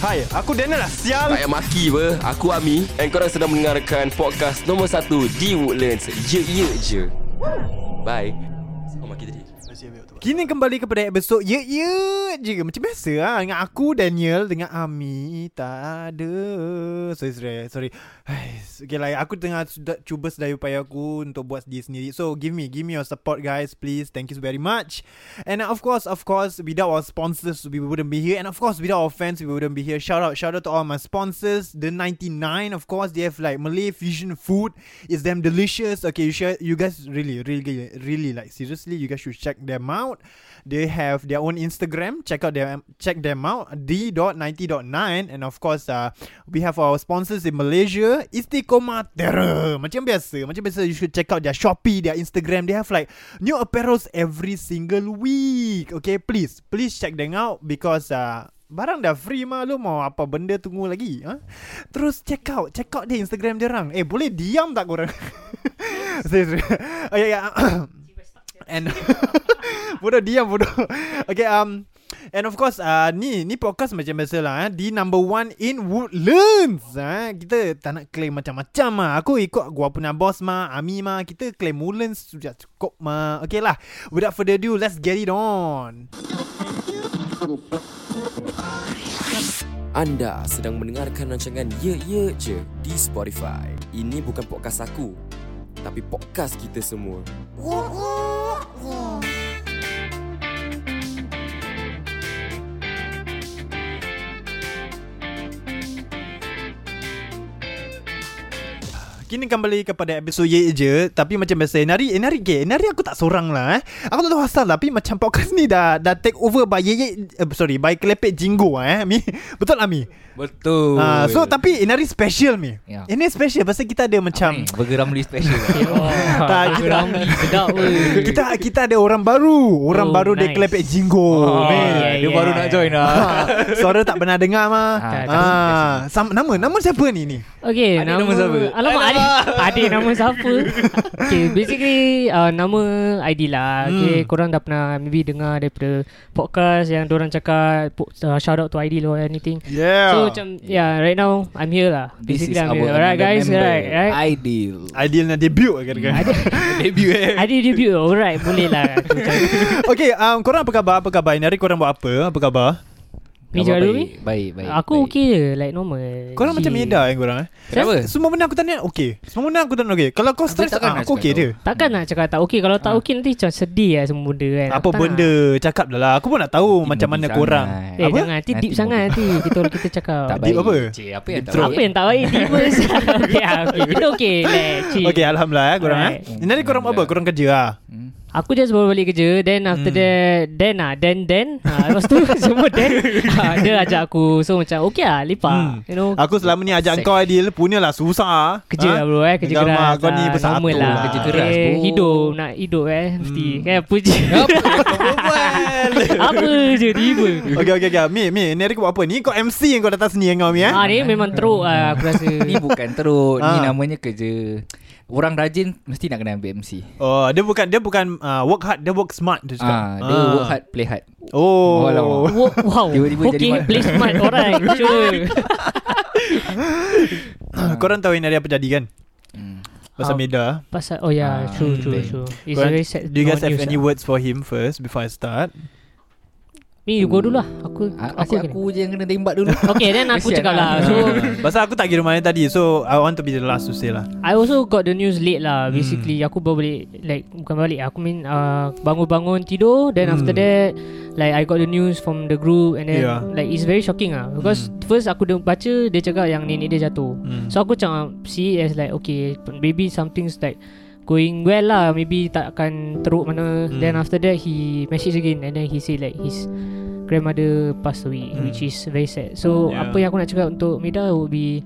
Hai, aku Daniel lah sial. Tak payah maki apa Aku Ami And korang sedang mendengarkan Podcast nombor 1 Di Woodlands Ye ye je Bye Siapa maki tadi? Kini kembali kepada episod ye ye je macam biasa ah dengan aku Daniel dengan Ami tak ada. Sorry sorry. sorry. Hai, okay lah aku tengah sudah, cuba sedaya upaya aku untuk buat sendiri sendiri. So give me give me your support guys please. Thank you very much. And uh, of course of course without our sponsors we wouldn't be here and of course without our fans we wouldn't be here. Shout out shout out to all my sponsors. The 99 of course they have like Malay fusion food. It's damn delicious. Okay you share, you guys really really really like seriously you guys should check them out. They have their own Instagram. Check out them check them out. D.90.9 and of course uh, we have our sponsors in Malaysia, Istiqomah Terror. Macam biasa, macam biasa you should check out their Shopee, their Instagram. They have like new apparels every single week. Okay, please, please check them out because uh, Barang dah free mah Lu mau apa benda tunggu lagi ha? Terus check out Check out dia Instagram dia orang Eh boleh diam tak korang Serius serius. Oh ya ya And Bodoh diam bodoh Okay um And of course uh, Ni ni podcast macam biasa lah eh. Di number one in Woodlands eh. Kita tak nak claim macam-macam mah Aku ikut gua punya boss mah Ami mah Kita claim Woodlands Sudah cukup mah Okay lah Without further ado Let's get it on Anda sedang mendengarkan rancangan Ye ye je Di Spotify Ini bukan podcast aku Tapi podcast kita semua Kini kembali kepada episod ye je Tapi macam biasa Enari Enari ke Enari aku tak seorang lah eh Aku tak tahu asal lah, Tapi macam podcast ni dah Dah take over by ye ye uh, Sorry By kelepek jinggo eh Mi Betul lah Mi Betul. uh, So tapi Enari special Mi Ya. Ini special Pasal kita ada macam Burger Ramli Hmm, special Tak, Burger kita- Ramli Sedap weh kita kita ada orang baru Orang Oh, baru nice. dia nice. kelepek jinggo Oh, Ya, Mi. yeah, Dia yeah. baru nak join lah. Ah, Suara tak pernah dengar mah Ah, ah, sama, Nama Nama siapa ni ni Okay, Adik nama siapa? Alamak, adik, adik nama siapa? okay, basically uh, nama Hmm. ID lah. Okay, korang dah pernah maybe dengar daripada podcast yang orang cakap po- uh, shout out to ID or anything. Yeah So macam yeah, right now I'm here lah. This is Basically I'm our here. Alright guys, right, right. Ideal. Ideal nak debut lah kira-kira Debut eh. Adi debut. Alright, boleh lah. Okay um, Korang apa khabar Apa khabar Inari korang buat apa Apa khabar Ni jual dulu ni. Baik baik Aku okay je like normal. Korang macam Shit. Eda yang korang eh Kenapa? Saya- Semua benda aku tanya okay Semua benda aku tanya okay Kalau kau Tapi stress takkan ah, nak Aku cakap okay kau. dia Takkan nak cakap tak okay Kalau tak okay nanti macam sedih lah semua benda kan Ah. Apa Aku tak benda Cakap dah lah Aku pun nak tahu Macam mana korang nak. Eh Apa? jangan Nanti deep Nanti sangat mood. nanti Kita kita cakap Tak Deep baik apa? Cik, apa yang tak Apa yang tak baik Divers okay, ah, okay. Kita okay like, chill. Okay Alhamdulillah eh korang eh Alright. Ini Nanti korang buat apa Korang kerja lah Aku just baru balik kerja Then Hmm. after that Then ah Then then ah, Lepas tu semua then ah, Dia ajak aku So macam okay lah Lepak Hmm. You know Aku selama ni ajak kau Adil Punya lah susah Ah. Kerja lah bro eh Kerja Dengan keras mak Kau ni ah, bersatu normal lah Hmm. Kerja keras, Eh, bro. Hidup Nak hidup eh Mesti Kan apa je Apa je tiba Okay okay okay Mi Mi Neri kau buat apa Ni kau MC yang kau datang sini dengan kami eh Ah ni memang teruk ah aku rasa. Ni bukan teruk Ni Ah. namanya kerja Orang rajin Mesti nak kena ambil MC Oh, dia bukan dia bukan uh, work hard, dia work smart dia cakap. Ah, Dia work hard Play hard Oh. Alamak. Wo- Wow Tiba-tiba jadi Okay mal- play smart Alright Sure Korang tahu yang ada apa jadi kan? Pasal Hmm. Ah, Meda Pasal Oh yeah Ah, True hmm. true true It's Korang- very sad Do you guys no have news any lah. words for him first Before I start Ni you go dulu lah Aku Ah, Aku Asyik kena. aku je yang kena tembak dulu Okay then aku Kesian cakap lah. lah So Pasal aku tak kira mana tadi So I want to be the last to say lah I also got the news late Hmm. lah Basically aku baru balik Like bukan balik Aku mean uh, Bangun-bangun tidur Then after Hmm. that Like I got the news from the group And then Yeah. Like it's very shocking lah Because Hmm. first aku dah baca Dia cakap yang nenek dia jatuh Hmm. So aku macam See it as like Okay maybe something's like Going well lah Maybe takkan teruk mana Hmm. Then after that He message again And then he say like His grandmother passed away Hmm. Which is very sad So Yeah. apa yang aku nak cakap Untuk Meda would be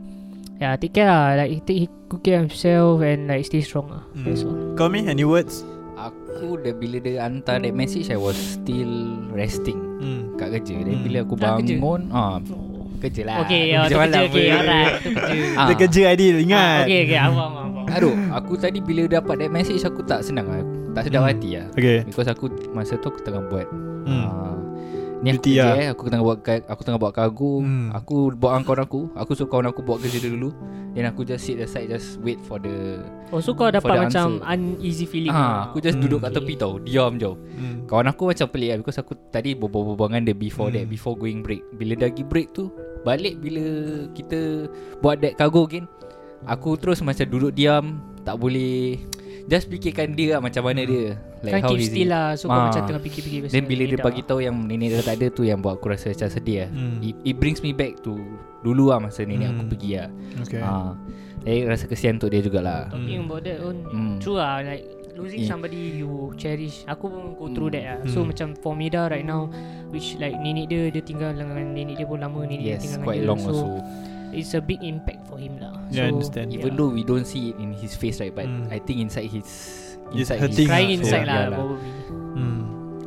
Yeah, take care lah. Like, he take he good care of himself and like stay strong lah. Mm. That's all. Kau me any words Aku dah bila dia hantar that message I was still resting Hmm. Kat kerja Then Hmm. bila aku Ah, kerja. bangun ah, Kerja lah Okay, ya, tu kerja. malam Okay, pun. alright. Tu kerja. Ah. Dia kerja Adil Ah, ingat Okay, okay. Awam, awam. Aduh Aku tadi bila dapat that message Aku tak senang lah Tak sedap hati lah Okay Because aku Masa tu aku tengah buat Hmm. ah, Ni aku Duty kerja lah. eh Aku tengah buat ka- Aku tengah buat kargo Hmm. Aku buat dengan kawan aku Aku suruh kawan aku buat kerja dia dulu Then aku just sit aside Just wait for the Oh, so kau For the dapat macam answer. uneasy feeling. lah. ah, Aku just Hmm. duduk kat tepi tau Diam je Hmm. Kawan aku macam pelik lah Because aku tadi berbual-bual dengan dia Before Hmm. that Before going break Bila dah pergi break tu Balik bila kita Buat that cargo again Aku terus macam duduk diam Tak boleh Just fikirkan dia lah Macam Hmm. mana dia Like kan how keep is still it? lah. So kau Ah. macam tengah fikir-fikir. pasal Then bila dia Meda. lah. bagi tahu Yang nenek dah tak ada tu Yang buat aku rasa macam sedih lah Hmm. it, it brings me back to Dulu lah masa nenek aku Hmm. pergi lah Okay ah. Jadi rasa kesian untuk dia jugalah Talking about that pun. Hmm. True lah. Like Eh. losing somebody you cherish. Aku pun go through that lah. So Hmm. macam for Meda right now. Which like nenek dia, dia tinggal dengan nenek dia pun lama. Nenek dia Yes tinggal quite dengan long dia. also So it's a big impact for him lah. Yeah, I So, understand. Even yeah. though we don't see it in his face right But Mm. I think inside his It's Inside hurting Crying So, inside yeah lah probably Hmm.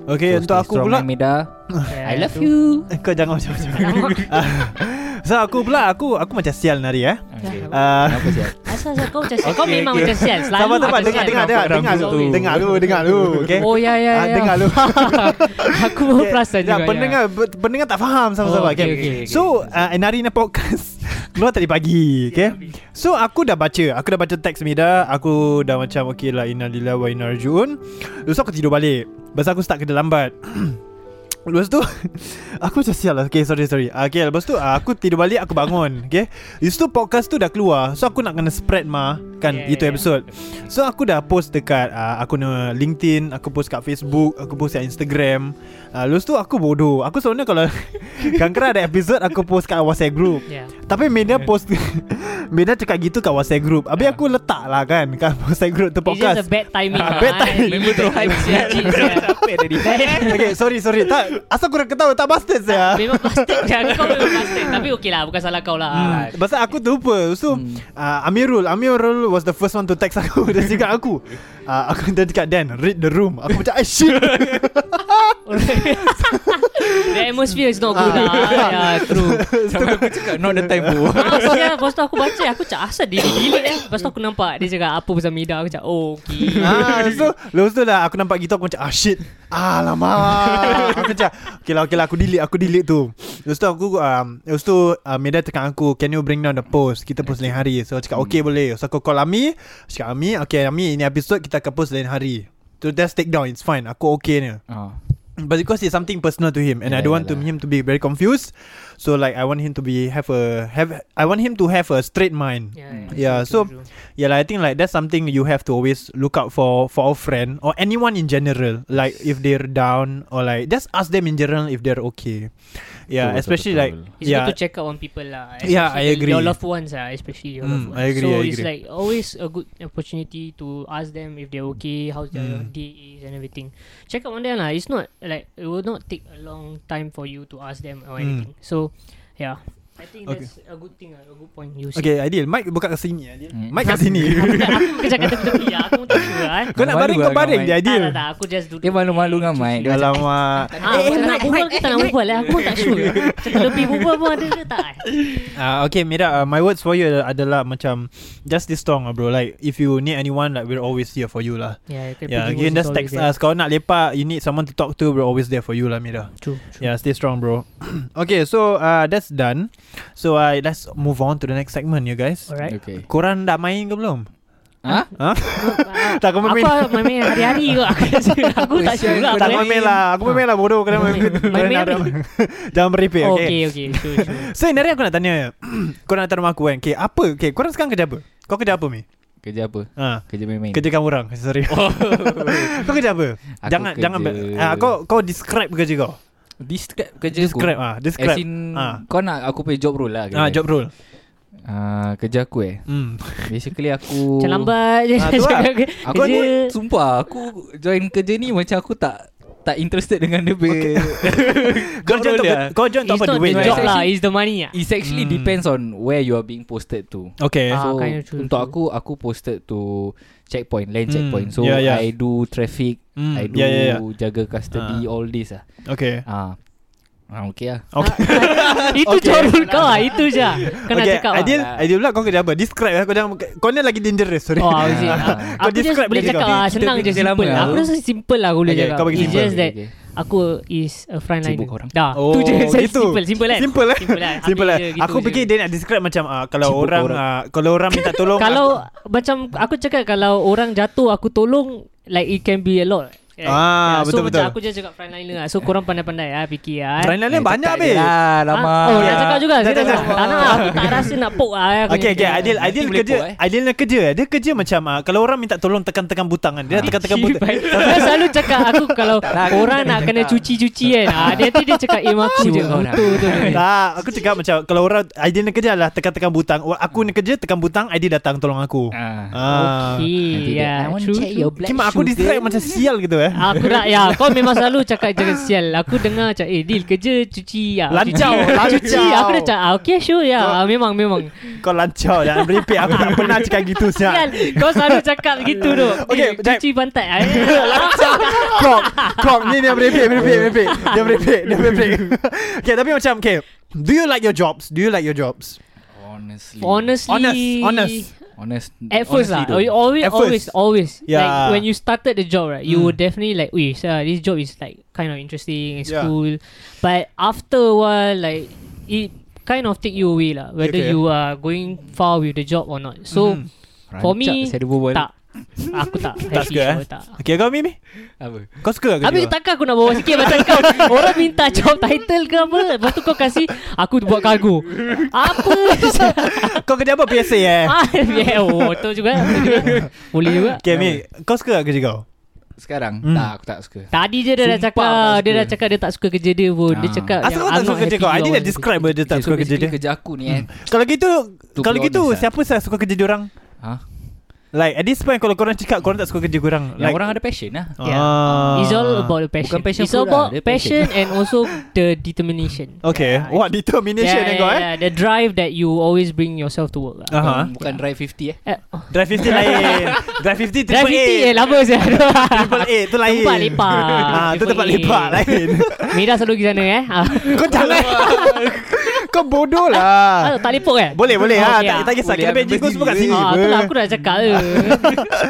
Okay untuk stay aku strong, pula eh, Meda Yeah, I love tu. you Kau jangan macam macam So aku pula Aku aku macam sial nari eh Okay Ah, Kenapa siap Asal asal kau macam sial Kau Okay, memang okay. macam sial Selalu Sabar sabar macam dengar sial. dengar dengar dengar Sorry. dulu dengar dulu dengar dulu okay. Oh ya ya Ah, ya dengar dulu. Aku pun perasan juga ya. Pendengar ber- pendengar tak faham sama-sama Oh, okay, okay. okay, okay. So uh, Narina podcast keluar tadi pagi okay. So aku dah baca, aku dah baca teks Mida, aku dah macam okay lah innalillahi wa inna ilaihi rajiun. Lepas tu aku tidur balik. Lepas tu aku start kerja lambat. Lepas tu Aku macam sial lah Okay sorry sorry Ah, Okay lepas tu ah, Aku tidur balik Aku bangun Okay Lepas tu podcast tu dah keluar So aku nak kena spread ma Kan yeah, itu Yeah, yeah, yeah. episode So aku dah post dekat ah, Aku na LinkedIn Aku post kat Facebook Aku post kat Instagram ah, Lepas tu aku bodoh Aku sebenarnya kalau Kadang-kadang ada episode Aku post kat WhatsApp group Ya. Tapi Meda post Meda cakap gitu kat WhatsApp group Habis aku letak lah kan Kat WhatsApp group tu It's just a podcast bad timing Ah, lah, bad eh. timing. Memang bad timing sial, cik, sial. Okay sorry sorry tak, Asal korang ketawa tak bastard saya Memang plastik sial. Kau memang plastik Tapi okey lah Bukan salah kau lah Hmm. Pasal aku terlupa So uh, Amirul Amirul was the first one to text aku Dia cakap aku uh, Aku dia cakap Dan read the room Aku macam ah shit The atmosphere is not good lah Ya true Sampai aku cakap Not the time bro Ah, sial, Lepas tu aku baca Aku cakap asal dia delete eh Lepas tu aku nampak Dia cakap apa pasal Mida Aku cakap oh okey ah, So Lepas tu lah Aku nampak gitu Aku macam ah shit Alamak Aku macam Okay lah okay lah Aku delete Aku delete tu Lepas tu aku um, Lepas tu uh, Meda tekan aku Can you bring down the post Kita post lain hari So aku cakap okay boleh So aku call Ami Aku Cakap Ami Okay Ami ini episode Kita akan post lain hari So just take down It's fine Aku okay ni Ah, But because it's something personal to him, and I Yalah, don't want to yalah. him to be very confused. So like, I want him to be have a have. I want him to have a straight mind. Yeah, Yeah, so- true, true. Yeah, like, I think like that's something you have to always look out for for a friend or anyone in general. Like if they're down or like just ask them in general if they're okay. Yeah, Betul, especially betul, like betul. It's yeah. good to check up on people lah. Yeah, I especially agree. Your loved ones lah, especially your Mm, loved ones. I agree, So I it's agree. like always a good opportunity to ask them if they're okay, how their Mm. day is and everything. Check up on them lah. It's not like it will not take a long time for you to ask them or Mm. anything. So, yeah. I think Okay. that's a good thing lah, a good point you said. Okay, Adil, Mike buka kat sini. Adil. Hmm. Mike kat sini. aku tak, aku kerja kat tepi-tepi lah. Aku pun tak sure lah. eh. Kau nak Malu baring lah kau kau, baring Mike. dia Tak, Adil. tak, tak. Aku just duduk. Dia malu-malu dengan Mike Dia macam Alamak. Ah, eh, nak berbual ke tak nak berbual lah Aku pun tak sure Macam lebih berbual pun ada ke tak eh? Ah uh, okay Mira, uh, my words for you adalah, adalah macam just this strong lah bro. Like if you need anyone, like we're always here for you lah. Yeah, you can Yeah, pretty you can much just always text there. us. Kalau nak lepak, you need someone to talk to, we're always there for you lah Mira. True, true. Yeah, stay strong bro. okay, so uh, that's done. So uh, let's move on to the next segment you guys. Alright. Okay Korang dah main ke belum? Ha? Ha? Tak kau Aku main. main-main hari-hari kot Aku rasa aku tak Kesian sure lah Tak kau main lah. Aku main lah bodoh kena main. Main- Kena main apa? ada- Jangan meripik Oh, okay. okay, okay. Sure, sure. So Nari aku nak tanya Korang hantar rumah aku kan Okay apa Okay korang sekarang kerja apa Kau kerja apa Mi Kerja apa? ha. Kerja main-main. Kerja kamu orang Sorry Kau kerja apa Aku Jangan kerja- jangan ha, Kau kau describe kerja kau Describe kerja Describe aku. ah, As Describe in Ah. Kau nak aku punya job role lah Ah, job role uh, Kerja aku eh hmm. Basically aku Macam lambat je Ah, tu lah. Cakap ke- Aku Kerja ni Sumpah Aku join kerja ni Macam aku tak Tak interested dengan dia okay. Kau join untuk dia. Kau join It's untuk apa not duit the je? job lah Actually- It's the money lah It actually Hmm. mm. depends on Where you are being posted to Okay Ah, So kind of true, Untuk true. aku Aku posted to Checkpoint Land Hmm. checkpoint So Yeah, yeah. I do traffic Hmm. I do Yeah, yeah, Ah. yeah. Jaga custody All this lah Okay Ah, ah Okay lah Okay Itu Okay. job role kau lah Itu je Kau nak Okay, cakap lah Ideal Ah. Ideal pula kau kerja apa Describe lah Kau jangan Kau ni lagi dangerous Sorry Oh, is it? Ah. Kau Aku just describe boleh kerja kau. cakap lah Kita- Senang kita je lama simple lah. lah Aku rasa simple lah aku boleh Okay, cakap kau bagi It's simple. just that okay. Aku is a frontliner Sibuk orang. Dah Oh, Tu je gitu. Simple Simple kan Simple lah Simple lah Simple lah Habis je, gitu Aku je. fikir dia nak describe macam ah, Kalau Sibuk orang orang. ah, Kalau orang minta tolong Kalau Macam aku cakap Kalau orang jatuh Aku tolong Like it can be a lot Eh, Ah, yeah, So betul-betul. macam aku je cakap frontliner lah So korang pandai-pandai lah Fikir lah eh. Brand lain ah, banyak be. Tetap je lah Lama Ah, Oh nak Ya. cakap juga Tak, serius tak, lah. tak. Tak nak Aku tak rasa nak poke lah eh, aku Okay, punya okay. kerja. Ideal, ideal boleh kerja, pop, eh. ideal nak kerja. Dia kerja macam ah, kalau orang minta tolong tekan-tekan butang kan. Dia tekan-tekan butang. Dia selalu cakap aku kalau orang nak kena cuci-cuci kan. Ah, dia nanti dia cakap aim aku je. Sibuk orang. Betul tu. Tak, aku cakap macam kalau orang ideal nak kerja lah tekan-tekan butang. Wah, Aku nak kerja tekan butang, ideal datang tolong aku. Ah. Ah. Okay, ya. True. true. Cuma aku distract macam sial gitu eh. Aku nak ya kau memang selalu cakap jangan sial. Aku dengar macam eh deal kerja cuci ya. Lancau, Cuci lancau. aku dah cakap ah, okay sure ya. Ah, memang memang. Kau lancar jangan repeat aku tak pernah cakap gitu Sial sial. kau selalu cakap gitu tu. Okay, Okay, cuci pantat. Ah, Kok, kok ni dia merepek, merepek, merepek. Dia merepek, dia merepek. okay, tapi macam okay. Do you like your jobs? Do you like your jobs? Honestly Honestly. Honest, honest. Honest At first lah, honestly you always, At always, first. always. Yeah. Like when you started the job, right? Mm. You were definitely like, "Wait, sir, this job is like kind of interesting. It's Yeah. cool." But after a while, like it kind of take you away lah, whether Okay. you are going far with the job or not. So Mhm. though. for me, Rancak saya ada berbual. tak, aku tak, Tak happy suka eh? aku tak. Okay, kau Mimi? Apa Kau suka ke? Habis takkan aku nak bawa sikit Macam kau Orang minta job title ke apa Lepas tu kau kasih Aku buat kargo Apa Kau kerja apa PSA eh? ah, yeah, oh, Betul juga, betul juga Boleh juga Okay, Mi, kau suka tak kerja kau? Sekarang Hmm. Tak aku tak suka Tadi je dia dah Sumpah cakap tak Dia dah suka. cakap dia tak suka kerja dia pun Dia Ah. cakap Asal kau tak yang I'm suka not kerja happy kau? or Ini dah whatever. describe dia tak Okay, suka kerja basically dia. Hmm. kerja aku ni eh Kalau gitu, To kalau be gitu uh, honest, siapa saya suka kerja diorang? ha? Like at this point kalau korang cakap korang tak suka kerja korang Yang like, orang ada passion lah Yeah. Ah. It's all about the Bukan passion, passion It's all food lah, about dia passion. passion and also the determination Okay Yeah. What determination eh yeah, Oh, kau yeah, eh Ah. Uh-huh. yeah, The drive that you always bring yourself to work lah. Aha. Bukan- Bukan drive 50 eh Eh, oh, Drive 50 lain Drive 50 triple Drive 50 eh A lama saya Triple A tu lain Tempat lepak ah, Tu Triple tempat A. lepak lain Mira selalu pergi sana eh ah. Kau jangan Kau bodoh ah, lah Tak lepok eh Boleh boleh ah, Ah, okay, tak, ah. tak kisah Boleh, Kita ambil benci kau semua kat sendiri. sini Ah, apa. tu lah aku nak cakap je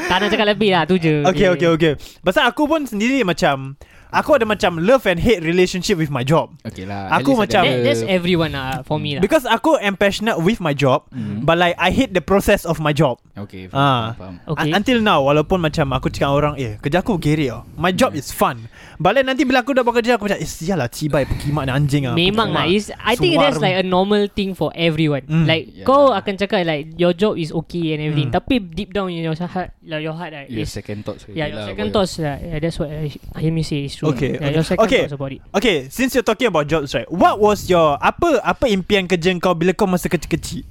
Tak nak cakap lebih lah tu je Okay okay okay Pasal aku pun sendiri macam Aku ada macam love and hate relationship with my job Okay lah Aku at least macam- ada- That, that's everyone lah for me lah. Because aku am passionate with my job Hmm. But like I hate the process of my job Okay Ah. faham, faham. okay. Okay. Until now Walaupun macam Aku cakap orang Eh kerja aku bergerik tau My job is fun But then nanti bila aku dah buat kerja Aku macam Eh sial lah Cibai pekimak dan anjing lah Memang lah pekimak. is, I think Suar. that's like a normal thing for everyone Mm. Like Yeah. kau akan cakap like Your job is okay and everything Mm. Tapi deep down in your heart like, Your heart right, Your is second thoughts Yeah, your second thoughts lah. yeah, That's what I, I hear me say is true Okay, yeah, okay. Your second Okay. thoughts about it Okay Since you're talking about jobs right What was your Apa apa impian kerja kau Bila kau masa kecil-kecil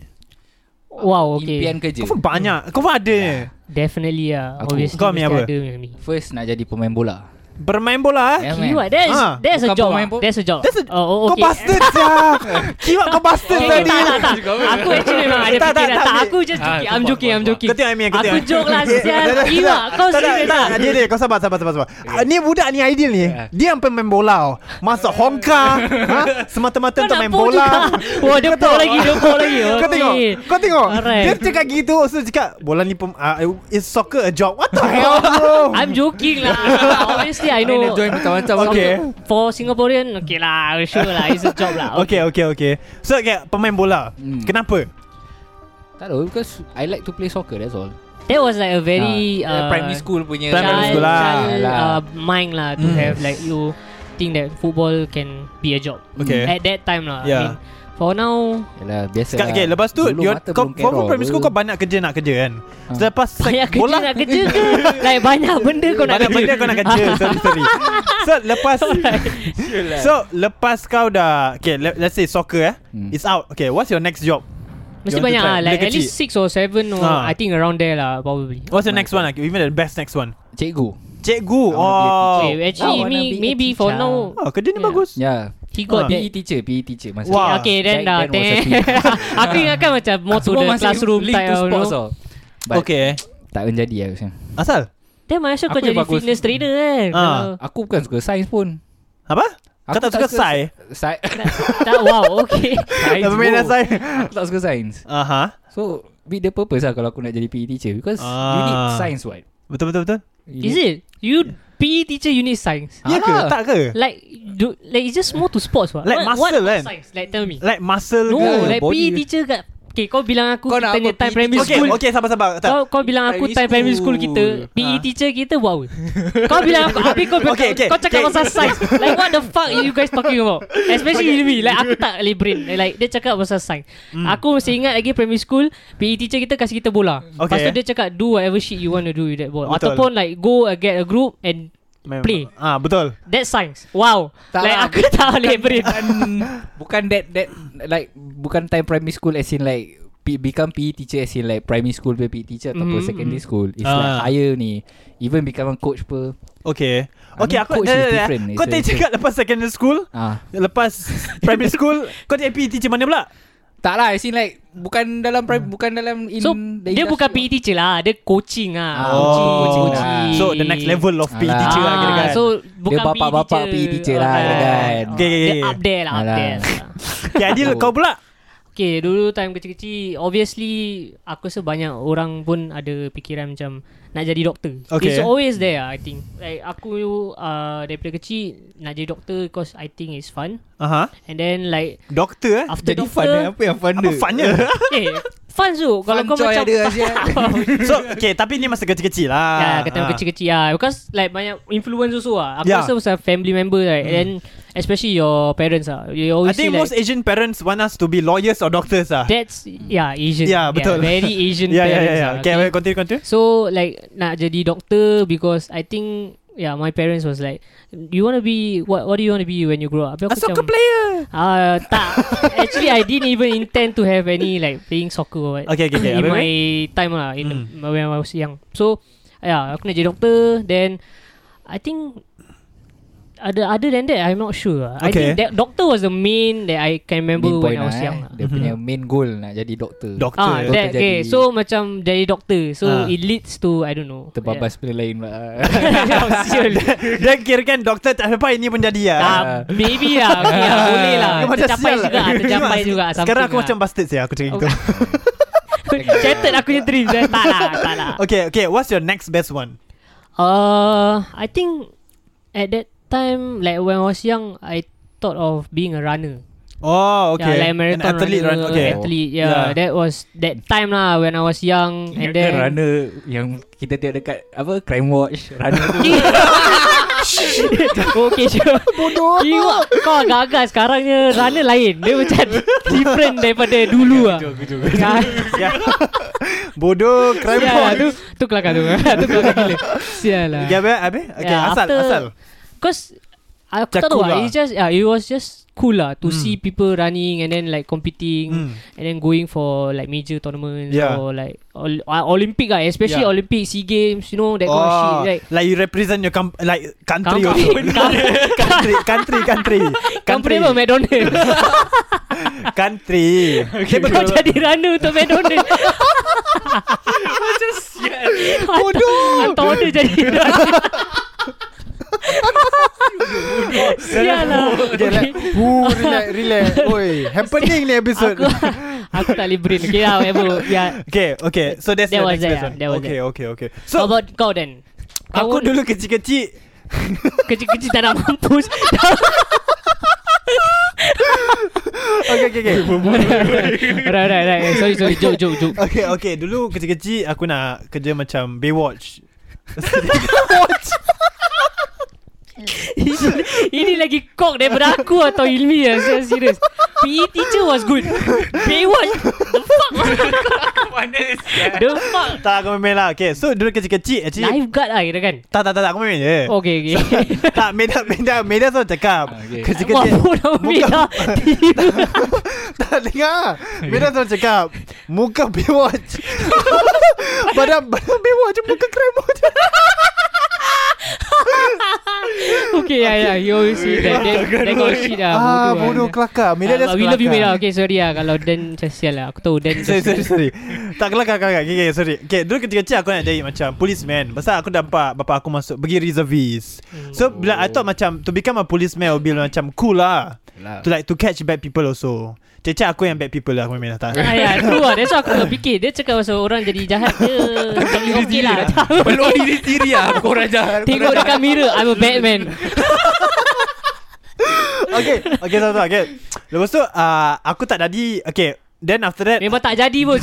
Oh, Wow okay Impian kerja Kau pun banyak Kau pun ada yeah. Definitely lah Aku- Obviously Kau punya mesti apa? Ada punya ni First nak jadi pemain bola Bermain bola eh Yeah, man. Kiwat that's, Ah, that's a bukan job pemain ah. bola. That's a job That's a, oh, oh, Kau bastard lah Kiwak kau bastard Eh, tadi tak, tak, tak. Aku actually memang Tak, ada tak, tak, fikiran. Tak, ambil. aku just Ah, joking. I'm kau joking, buat, I'm kau joking. Kau tengok Amir Aku joke lah, sial. Iwa, kau serius tak? tak? Ya. Dia dia kau sabar sabar sabar sabar. Ah, Ni budak ni ideal ni. Dia sampai main bola. tau. Masuk Hongkong. ha? Semata-mata Kau untuk nak main pun bola. juga. Wah, dia Kau pun tengok? lagi, dia pun lagi. Kau Okay. tengok. Kau tengok. Alright. Dia cakap gitu, so cakap bola ni pem, ah, is soccer a job. What the hell? I'm joking lah. Honestly, I Main know. enjoy macam-macam Okay. For Singaporean, okay lah. Sure lah. It's a job lah. Okay, okay, okay. So, okay, pemain bola. Hmm. Kenapa? Tak tahu Because I like to play soccer That's all That was like a very uh, uh, primary school punya Primary child, school lah. child Lah. uh, mind lah to Mm. have like you think that football can be a job Okay. at that time lah. Yeah. I mean, for now Yalah, biasa lah. Sekarang, okay, lepas tu you, kau, Form 4 primary school kau banyak kerja nak kerja kan Selepas sec banyak kerja bola nak kerja ke? like banyak benda kau nak Banyak kerja. benda kau nak kerja Sorry sorry So lepas lah. So lepas kau dah Okay let, let's say soccer eh Hmm. It's out Okay what's your next job Mesti You want to banyak try lah benda Like kan. at kecil? least 6 or 7 or Ah. I think around there lah Probably What's your next one like, Even the best next one Oh Cikgu Cikgu I wanna be a Oh Okay, actually I wanna me, be a maybe for teacher. now Oh kerja ni Yeah. bagus Ya He Ah. got that PE teacher PE teacher masa Wah. uh, Okay then Back dah then was a then thing. Aku ingatkan macam More to Semua the masih classroom link type to you sports know. tau But okay. Okay tak menjadi lah macam. Asal Then masuk Aku kau yang jadi bagus. fitness trainer kan Ah. Kalau- Aku bukan suka sains pun Apa Aku Kau tak suka sai Sains Tak wow okay Sains Tak bermain bro. sai Aku tak suka sains Aha So Be the purpose lah Kalau aku nak jadi PE teacher Because you Ah. need science what Betul betul betul You Is need- it? You PE teacher you need science Ya ke Alah. tak ke Like do, Like it's just more to sports what Like what, muscle what kan? science Like tell me Like muscle No ke like E body PE ke? teacher kat Okay kau bilang aku Kau nak Kita punya apa, E time PE primary Okay school okay sabar sabar tak. Kau kau bilang aku Primary time primary school school. kita PE Ah. teacher kita buat apa? kau bilang aku Habis kau, Okay, okay, kau cakap okay. pasal science Like what the fuck you guys talking about? Especially me Like aku tak boleh brain Like dia cakap pasal science Hmm. Aku masih ingat lagi primary school PE teacher kita kasih kita bola Okay. Lepas tu dia cakap Do whatever shit you want to do with that ball Betul. Ataupun like go uh, get a group And Memang- play. Ah betul that's science Wow Tak Like lah, aku tak Kan boleh brain Bukan that that Like Bukan time primary school As in like P, Become PE teacher As in like primary school punya PE E teacher Ataupun Mhm. secondary school It's like Ah. higher ni Even become a coach per Okay I Okay mean, aku coach dah- is dah- dah. different. Kau It's a- tadi it's a- cakap lepas secondary school ah. Lepas primary school Kau jadi PE teacher mana pula? Tak lah As in like Bukan dalam prim, Bukan dalam in Hmm. So the dia industry bukan of- PE teacher lah Dia coaching lah Ah, Oh. Coaching, coaching, Coaching. coaching. So the next level of PE Alah. teacher lah Ah, kira-kira So bukan E bapak-bapak PE teacher lah, Alright. kirakan. Okay, okay, Dia okay. up there lah Up Alah. there lah Okay Adil Oh. kau pula Okay dulu time kecil-kecil Obviously Aku rasa banyak orang pun Ada fikiran macam Nak jadi doktor Okay. It's always there lah, I think Like aku uh, Daripada kecil Nak jadi doktor Because I think it's fun Aha. And then like Doktor eh After Jadi doktor fun eh Apa yang fun Apa dia funnya Eh fun tu Kalau Fun kau coy macam ada, Azia. So okay tapi ni masa kecil-kecil lah Ya, kata Ah. kecil-kecil lah Because like banyak influence also lah Aku Yeah. rasa pasal family member right And then especially your parents lah You I always think see most like Asian parents want us to be lawyers or doctors lah That's Yeah Asian Yeah, betul. Very Asian Yeah yeah parents yeah, yeah. lah, Okay wait, continue continue So like nak jadi doktor Because I think Yeah my parents was like You want to be What what do you want to be when you grow up Habis A aku soccer macam, player Ah, tak Actually I didn't even intend to have any Like playing soccer or what Okay okay okay Hmm. Habis- in my time lah in mm. when I was young. So yeah, aku nak jadi doktor then I think ada other than that I'm not sure. lah. I Okay. think that doctor was the main that I can remember Main when point I was lah, young. eh. lah. Dia punya main goal Nak jadi doktor Doktor Ah, Doktor that, jadi- okay. So macam jadi doktor. So Ah. it leads to I don't know. Terbabas benda lain lah. pula Yeah. Sial. Dia kira kan doktor tak apa ini pun jadi lah Ah, maybe lah okay, lah, Boleh lah Kau macam Tercapai sial lah. juga Tercapai juga Sekarang aku macam something Oh. bastard sih Aku cakap gitu lah. Shattered aku punya dream Tak lah Tak lah Okay okay What's your next best one? Uh, I think at that time, like when I was young, I thought of being a runner. Oh okay Yeah, like An marathon athlete runner, run Okay athlete. Yeah, Yeah. that was that time lah when I was young, and then. Runner kan Yang kita tengok dekat Apa Crime Watch Runner tu okay sure Bodoh Kau, kau agak-agak sekarangnya Runner lain Dia macam Different daripada dulu lah Ya Yeah. Bodoh crime yeah, yeah, tu Tu kelakar tu Tu kelakar gila Sial lah Okay, abis, abis. Okay, Yeah, asal, after- asal. Cause Macam Aku tak tahu cool lah. lah. It's just yeah, It was just cool lah To Hmm. see people running And then like competing Hmm. And then going for like Major tournaments Yeah. Or like ol- uh, Olympic lah Especially Yeah. Oh. Olympic SEA Games You know that kind of shit Like like you represent your com- like country Kam- also. kam- country, country, country, Company country, apa McDonald's country. Okay, Kau betul. jadi runner untuk McDonald's Macam sial Bodoh Hantar order jadi runner Sial lah Okay, like, ooh, relax, relax. Oi, happening ni episode. Aku Aku tak boleh brain Okay lah whatever yeah. Okay, okay. So that's That your was next that, question. that was okay, okay, okay. So, So, How about kau then? aku dulu kecil-kecil Kecil-kecil tak nak mampus Okay okay okay Right right right Sorry sorry Joke joke joke Okay okay Dulu kecil-kecil Aku nak kerja macam Baywatch Ini- Ini lagi kok daripada aku atau Ilmi ya Saya serius PE E teacher was good Baywatch The fuck The fuck Tak aku main lah Okay so dulu kecil-kecil Actually Lifeguard lah kira kan Tak tak tak tak, Aku main je Okay okay Tak Meda Meda Meda selalu cakap Okay. Kecil-kecil Mampu nama Meda Tiba Tak dengar Meda selalu cakap Muka Baywatch Badan Badan Baywatch Muka kremot Okay yeah yeah You always see that That, that got shit lah Ah bodoh bodoh lah. kelakar Meda Ah, dah but We love you Meda kelakar. Okay sorry lah Kalau Dan macam sial lah Aku tahu Dan Sorry macam sorry sorry Tak kelakar kelakar okay, okay sorry Okay dulu kecil-kecil aku nak jadi macam Policeman Pasal aku nampak Bapak aku masuk Pergi reservist Hmm. So bila I thought macam To become a policeman Will be macam cool lah Lah. To like to catch bad people also Cecah aku yang bad people lah Aku memang tak Ah, ya, true lah. That's why aku tengah fikir. Dia cakap pasal orang jadi jahat. Dia jadi okey lah. Peluk diri sendiri lah Korang jahat Tengok dekat mirror. I'm a Batman. Okay Okay tak tak okay Lepas tu uh, Aku tak jadi Okay Then after that Memang tak jadi pun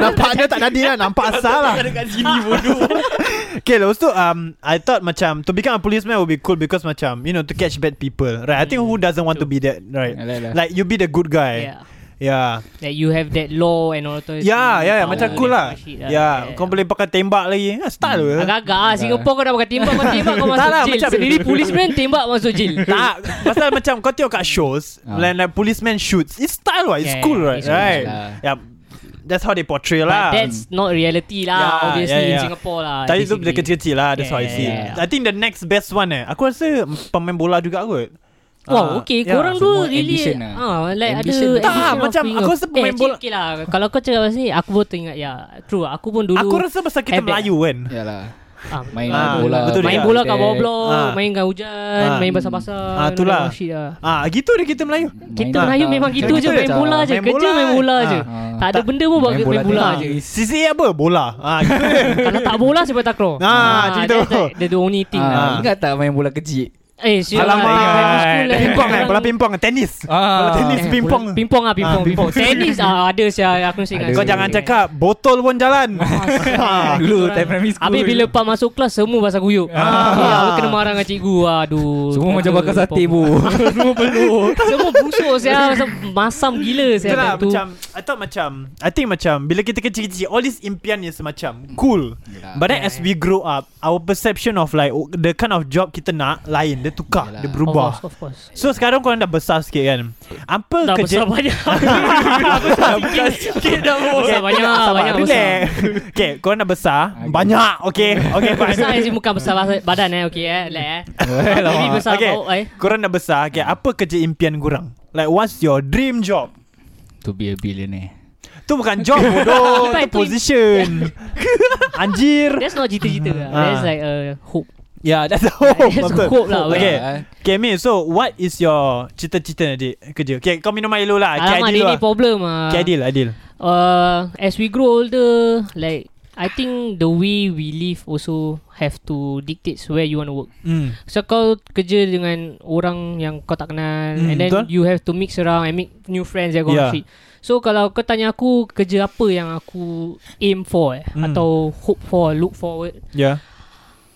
Nampaknya tak jadi lah Nampak asal lah Kat sini bodoh Okay lepas tu um, I thought macam To become a policeman Would be cool Because macam You know to catch bad people Right I think who doesn't want to be that Right Alah, alah. Like you be the good guy Yeah. Yeah That you have that law and all that. Ya, ya, ya macam cool lah. Ya, kau boleh pakai tembak lagi. Ha, style ke? Agak-agak lah Singapore kau dah pakai tembak Kau tembak kau masuk Tak lah, jail macam- Sendiri policeman tembak masuk jail Tak, lah. pasal macam kau tengok kat shows, Ah. when like policeman shoots, it's style what, it's Yeah, cool right, it's cool right? lah. Yeah, that's how they portray But lah. that's not reality lah Yeah, Obviously yeah, in yeah. Singapore lah Ya, Tadi tu basically. dia kecil-kecil lah That's how Yeah, I yeah, see yeah. I think the next best one eh Aku rasa pemain bola juga kot Wow, Ah, okay. yeah. korang semua dua really ambition lah. ah, like Ambition lah. ada Tak, ambition of macam being aku a- rasa pemain bola- eh, cik, Okay lah, kalau kau cakap pasal ni, aku pun teringat ya. True, aku pun dulu. Aku rasa pasal kita habit. Melayu kan Yalah ah, Main Ah, bola betul main juga. bola kat bawah blok, Ah. main kat hujan, Ah. main basah-basah. Ah, and itulah. all that shit lah. Ah, gitu dia kita Melayu Kita Melayu memang macam gitu je kita main je. bola je. Main Kerja bola main je. bola Ah. je. Ah. Tak ada benda pun buat Main kerja bola main lah. tengah. bola je. CCA apa? Bola ah, gitu. Kalau tak bola sepak takraw. Ah, macam gitu. that's like the only thing. lah. Ah. Ah, Ingat tak main bola kecil Eh, siapa? Alamak Pimpong eh Bola pimpong Tenis Oh, Bola tenis pimpong Pimpong ah, pimpong, Ah, pimpong. pimpong. Tenis ah ada sia aku mesti ingat. Kau jangan cakap Botol pun jalan Ah. Dulu time primary school Habis bila Pak masuk kelas Semua pasal guyup ah. Aku kena marah dengan cikgu Aduh Semua macam Kata, bakar sate bu Semua peluh Semua busuk saya Macam masam gila saya Itulah tu. macam I thought macam I think macam Bila kita kecil-kecil All this impian is macam Cool But then as we grow up Our perception of like oh, The kind of job kita nak Lain Dia tukar Dia Of course, berubah of course. So sekarang korang dah besar sikit kan Apa Oh, Dah kerja besar banyak Dah besar sikit Sikit dah besar banyak Banyak besar Relax Okay korang dah besar Okay. Banyak Okay Okay fine lah. Besar as in bukan besar basah- badan eh Okay eh Lek eh Maybe besar Okay bau eh Korang dah besar Okay apa kerja impian korang Like what's your dream job To be a billionaire Tu bukan job bodoh Tu Apa itu? position Anjir That's not jita-jita lah Ah. That's like a hope Ya, Yeah, that's the hope. That's betul. hope lah, Okay. well. Okay, Min. So, what is your cita-cita nanti kerja? Okay, kau minum air dulu lah. Okay, Adil Alamak dia dulu ni lah. problem ah. Okay, Adil, Adil. uh, as we grow older, like I think the way we live also have to dictates where you want to work. Hmm. So kau kerja dengan orang yang kau tak kenal Hmm, mm, and then betul. betul? you have to mix around and make new friends and all Yeah. yeah. shit. So kalau kau tanya aku kerja apa yang aku aim for eh, Hmm. mm. atau hope for, look forward, Yeah.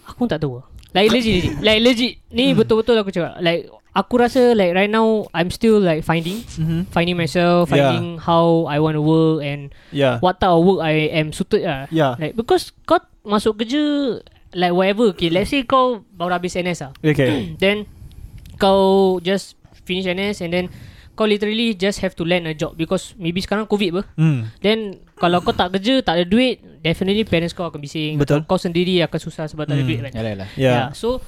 aku pun tak tahu. Like legit, legit. like legit. Ni Hmm. betul-betul aku cakap. Like aku rasa like right now I'm still like finding Mm-hmm. finding myself, Yeah. finding how I want to work and Yeah. what type of work I am suited lah. Yeah. Like because kau masuk kerja like whatever. Okay, let's say kau baru habis NS lah. Okay. Then kau just finish NS and then kau literally just have to land a job because maybe sekarang COVID ber. Hmm. Then kalau kau tak kerja, tak ada duit, definitely parents kau akan bising. Betul. Hmm. Kau sendiri akan susah sebab tak ada duit kan. Yalah yalah Yeah. So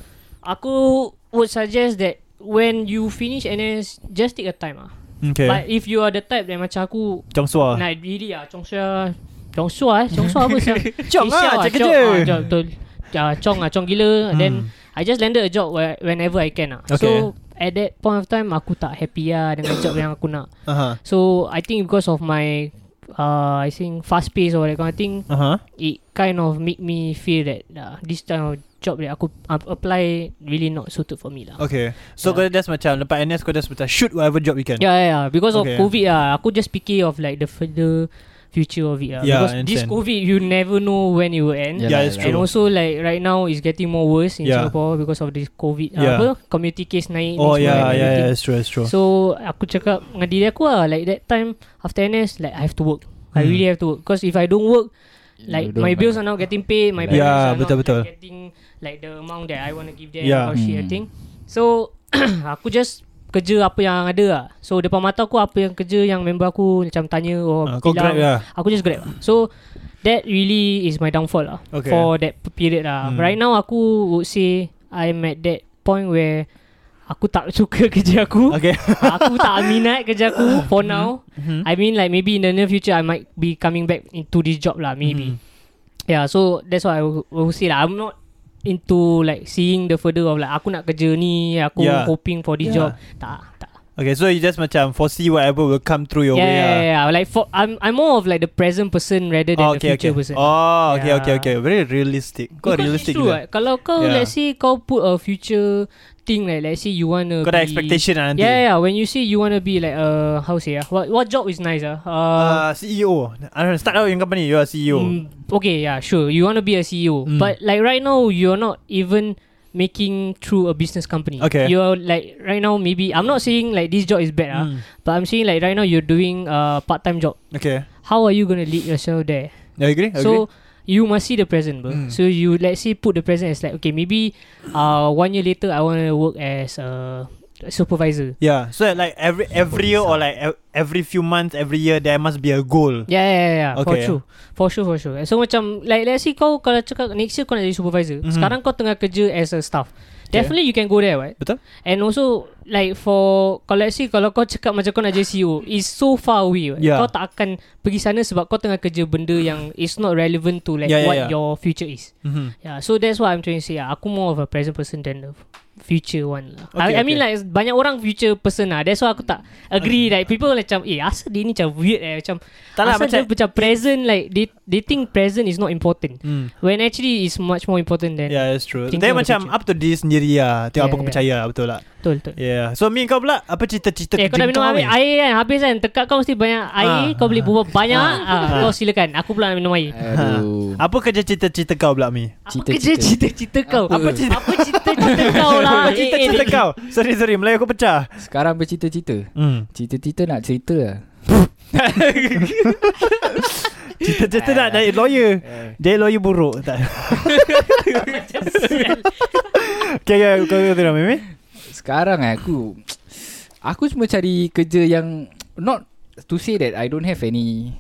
aku would suggest that when you finish NS, just take a time ah. Okay. But if you are the type that macam aku Chong Sua. Nah, really ah, Chong Sua. Chong Sua eh, Chong Sua apa siapa? Chong ah, cakap je. Chong, betul. Ah, Chong ah, Chong gila. Then I just landed a job where, whenever I can ah. So at that point of time aku tak happy ah dengan job yang aku nak. Uh-huh. So I think because of my uh, I think fast pace or that kind of thing Uh-huh. it kind of make me feel that uh, this kind of job that aku uh, apply really not suited for me lah. Okay. So kau just macam lepas NS kau just macam shoot whatever job you can. Yeah, yeah, yeah. Because Okay. of COVID ah, aku just fikir of like the further future of it ah. Yeah, Because this understand. COVID, you never know when it will end. Yeah, it's And true. also like right now it's getting more worse in Yeah. Singapore because of this COVID Yeah. yeah. apa community case naik. ni Oh semua and yeah, yeah, yeah, everything. it's true, it's true. So aku cakap dengan diri aku lah Like that time After NS Like I have to work I Hmm. really have to work Because if I don't work Like don't my bills like- are not getting paid My parents Yeah, are betul, not betul. Like, getting Like the amount that I want to give them Yeah. yeah. Or shit I Hmm. think So Aku just Kerja apa yang ada lah So depan mata aku Apa yang kerja Yang member aku Macam tanya oh, Ah, kau grab bilang. lah. Aku just grab lah. So That really is my downfall lah Okay. For that period lah Hmm. Right now aku would say I'm at that point where Aku tak suka kerja aku Okay. aku tak minat kerja aku for Mm-hmm. now. I mean like maybe in the near future I might be coming back into this job lah maybe. Mm-hmm. Yeah, so that's what I will, will say lah. I'm not into like seeing the further of like aku nak kerja ni, aku Yeah. yeah. hoping for this Yeah. yeah. job. Tak, tak. Okay, so you just macam foresee whatever will come through your yeah, way. yeah, lah. yeah, yeah. Like for I'm I'm more of like the present person rather than Oh, the okay, okay. future person. Oh, okay, okay, Yeah. okay. Very realistic. Kau Because realistic it's true, juga. right? Kalau kau Yeah. yeah. let's say kau put a future thing like let's say you wanna Kau dah be- expectation lah nanti. Yeah, yeah. When you say you wanna be like uh how say ah what what job is nice ah uh, Uh, CEO. I don't know, start out your company, you are E CEO. Mm, okay, yeah, sure. You want to be a CEO, Mm. but like right now, you're not even making through a business company. Okay. You're like right now, maybe I'm not saying like this job is bad, ah, Mm. but I'm saying like right now you're doing a part-time job. Okay. How are you gonna lead yourself there? I agree, I agree. Mm. So. You must see the present, bro. So you let's say put the present as like okay, maybe uh one year later I wanna work as a supervisor. Yeah, so like every every year or like ev- every few months, every year there must be a goal. Yeah, yeah, yeah, yeah. Okay. ya, For sure. For sure, for sure. So macam like let's say kau kalau cakap next year kau nak jadi supervisor. Mhm. Mm-hmm. Sekarang kau tengah kerja as a staff. Definitely you can go there, right? Betul? And also like for kalau let's say kalau kau cakap macam kau nak jadi CEO, is so far away. Right? Yeah. Kau tak akan pergi sana sebab kau tengah kerja benda yang is not relevant to like Yeah, yeah, what yeah. your future is. Mm-hmm. Yeah, so that's what I'm trying to say. Aku more of a present person than the future one lah. Okay, Okay, I, I mean okay. like banyak orang future person lah. That's why aku tak agree like people macam eh asal dia ni macam weird eh macam Tak lah, asal dia macam- macam present like they they think present is not important. Mm. When actually it's much more important than Yeah, that's true. Thinking Tapi of the macam future. up to diri sendiri lah. Tengok Yeah, apa kau yeah. percaya lah, betul lah. betul betul. Yeah. So me kau pula apa cita-cita Eh kau dah kerja minum ni? air, air kan habis kan tekak kau mesti banyak air Ah. kau boleh berbual banyak ah. kau silakan aku pula nak minum air. Aduh. Apa kerja cita-cita kau pula Mi? Apa Cita-cita. kerja cita-cita kau? Apa cita- apa cita-cita kau lah? Apa Eh, eh, cita-cita Ricky. kau? Sorry sorry Melayu aku pecah. Sekarang bercita-cita. Hmm. Cita-cita nak cerita lah. Cita-cita nak jadi lawyer. Jadi lawyer buruk tak. Okay, okay, kau kau tidak Mimi. Sekarang eh, aku Aku cuma cari kerja yang Not to say that I don't have any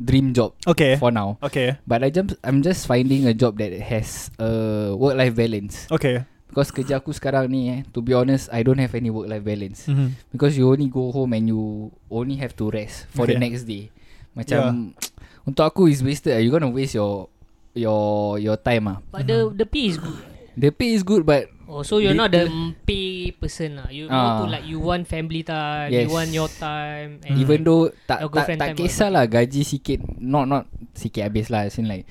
Dream job Okay. For now Okay. But I just, I'm just finding a job that has a work-life balance Okay. Because kerja aku sekarang ni eh To be honest I don't have any work-life balance Mm-hmm. Because you only go home and you Only have to rest For the Okay. next day Macam Untuk aku is wasted You're gonna waste your Your your time ah. But the the pay is good. The pay is good but Oh, so you're not the Little- mm, pay person lah. You Ah. more to like you want family time, Yes. you want your time. And Even though tak Your tak, girlfriend tak time kisahlah gaji sikit not not sikit habis lah as in like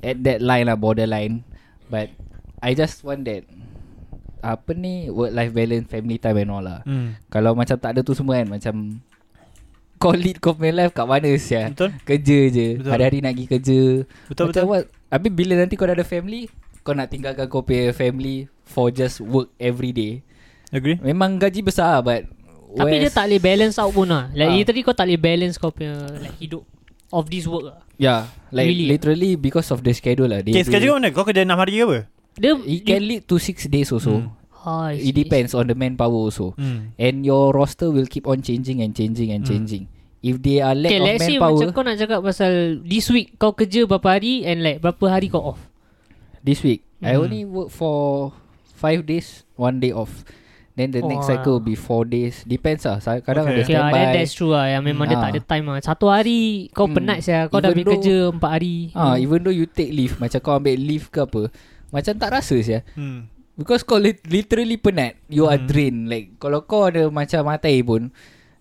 at that line lah borderline but I just want that apa ni work life balance family time and all lah. Mm. Kalau macam tak ada tu semua kan macam kau lead kau punya life kat mana sia? Betul. Kerja je. Betul. Hari-hari nak pergi kerja. Betul, macam betul. What? Habis bila nanti kau dah ada family, kau nak tinggalkan kau punya family for just work every day. Agree? Memang gaji besar but Tapi dia whereas- tak boleh balance out pun lah. Like Ah. literally kau tak boleh balance kau punya like hidup of this work lah. Yeah, Ya, like really? Really? literally because of the schedule lah. They, Okay, sekarang kau mana? Kau kerja 6 hari ke apa? Dia It can lead to six days also. Ah, I Mm. see, It depends on the manpower also. Mm. Hmm. And your roster will keep on changing and changing and mm. changing. If they are I see. lack Okay, of let's say manpower macam kau nak cakap pasal this week kau kerja berapa hari and like berapa hari kau off. this week, mm. Hmm. I only work for five days, one day off. Then the oh, next Oh, cycle will be four days. Depends lah. Sa- Kadang Okay. okay. ada Okay, yeah, standby. then that's true lah. Yang memang dia Ah. tak ada time lah. Satu hari kau Hmm. penat saya. Kau Even dah ambil though- kerja empat hari. Hmm. Ah, even though you take leave, macam kau ambil leave ke apa, macam tak rasa sia. Hmm. Because kau lit- literally penat You are drained Like Kalau kau ada macam matai pun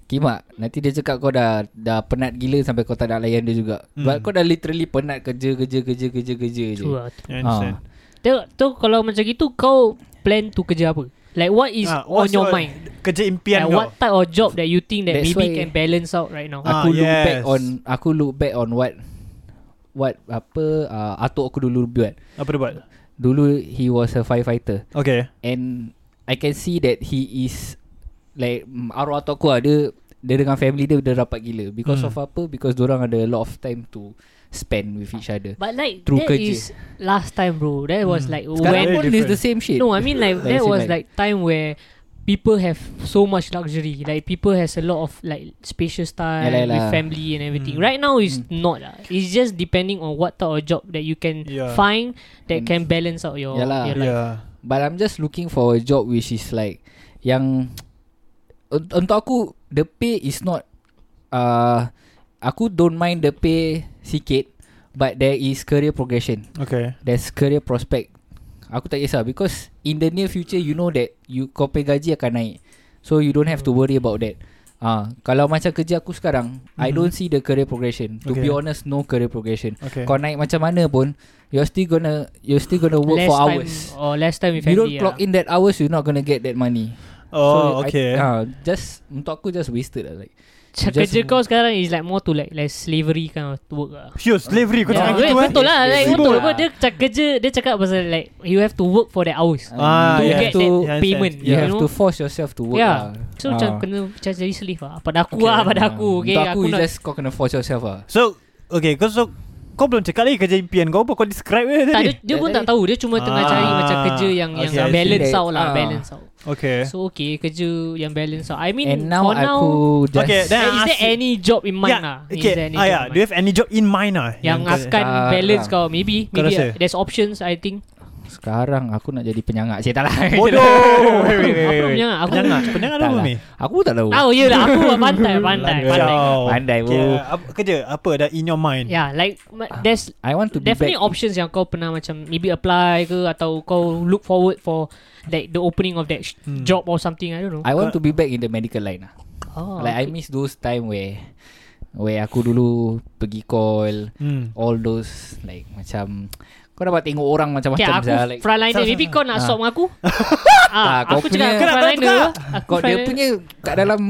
Kimak Nanti dia cakap kau dah Dah penat gila Sampai kau tak nak layan dia juga hmm. But kau dah literally penat Kerja kerja kerja kerja kerja je Ah, True lah I understand. Tengok tu kalau macam gitu Kau plan to kerja apa Like what is Ah, on what's your mind Kerja impian Like kau. what type of job that you think That That's why- maybe can balance out right now Ah, Aku look yes. back on Aku look back on what What apa uh, Atuk aku dulu buat Apa dia buat? Dulu he was a firefighter Okay. And I can see that he is Like mm, Arwah atuk aku lah Dia Dia dengan family dia Dia rapat gila Because Hmm. of apa Because orang ada a lot of time to Spend with each other But like Through That kerja. is Last time bro That was like Sekarang pun When is the same shit No I mean like Like, That same was like time where People have so much luxury Like people has a lot of Like spacious time Yalah, yalah. With family and everything Mm. Right now is Hmm. not lah It's just depending on What type of job That you can Yeah. find That And- can balance out your, Yalah. your life Yeah. But I'm just looking for a job Which is like Yang un- Untuk aku The pay is not uh, Aku don't mind the pay Sikit But there is career progression Okay. There's career prospect Aku tak kisah Because in the near future You know that you Kau pay gaji akan naik So you don't have to worry about that Ah, Kalau macam kerja aku sekarang mm-hmm. I don't see the career progression To Okay. be honest No career progression Okay. Kau naik macam mana pun You're still gonna You're still gonna work less for time hours Or less time with If you don't family clock in that hours You're not gonna get that money Oh, I- okay. ah, Just Untuk aku just wasted lah like. Ca- Just- Kerja kau sekarang Is like more to like Like slavery kind of work lah Pure slavery kau Ya, cakap betul, gitu eh. betul lah like, Sibuk betul lah. apa dia cak, kerja dia cakap pasal like you have to work for that hours Ah, to yes. get To- that yes, payment yes. You you have know to force yourself to work lah. yeah Ya. so macam Ah. kena macam jadi slave lah pada aku lah pada aku Ah. okay Untuk aku, aku is nak just Kau kena force yourself lah So, okay, kau so kau belum cakap lagi kerja impian kau apa kau describe je tak, tadi. dia, dia pun tak tahu Dia cuma tengah Ah, cari Macam kerja yang okay, I Yang see. Eh? balance out lah Ah. Balance out Okay. So okay Kerja yang balance out I mean And now For now aku just Okay, then I Is there ask you- any job in mind lah Is Okay. there any Ah, job yeah. in Do you mind? have any job in mind lah? Yang akan Ah, balance lah. kau Maybe Kau Maybe rasa? uh, There's options I think Sekarang aku nak jadi penyangak Saya tak lah Bodoh. Wait, wait, wait, Apa wait. penyangak? Aku- Penyangak. Penyangak ada Tak apa lah. ni? Aku tak tahu Oh yelah Aku lah pandai Pandai Pandai Ya. Kacau. Pandai, Okay, bro. apa- Kerja apa dah in your mind? Yeah like ma- There's I want to be Definitely back options yang kau pernah macam maybe apply ke atau kau look forward for like the opening of that sh- Hmm. job or something I don't know. I want to be back in the medical line lah oh, Like I miss those time where Where aku dulu Pergi call Hmm. All those Like macam Kau dapat tengok orang Okay, macam-macam aku Zah, like, frontliner. Maybe kau nak swap dengan aku? ah, Tak, kau aku cakap punya- aku Kau nak frontliner. Aku Kau dia frontliner. punya Kat dalam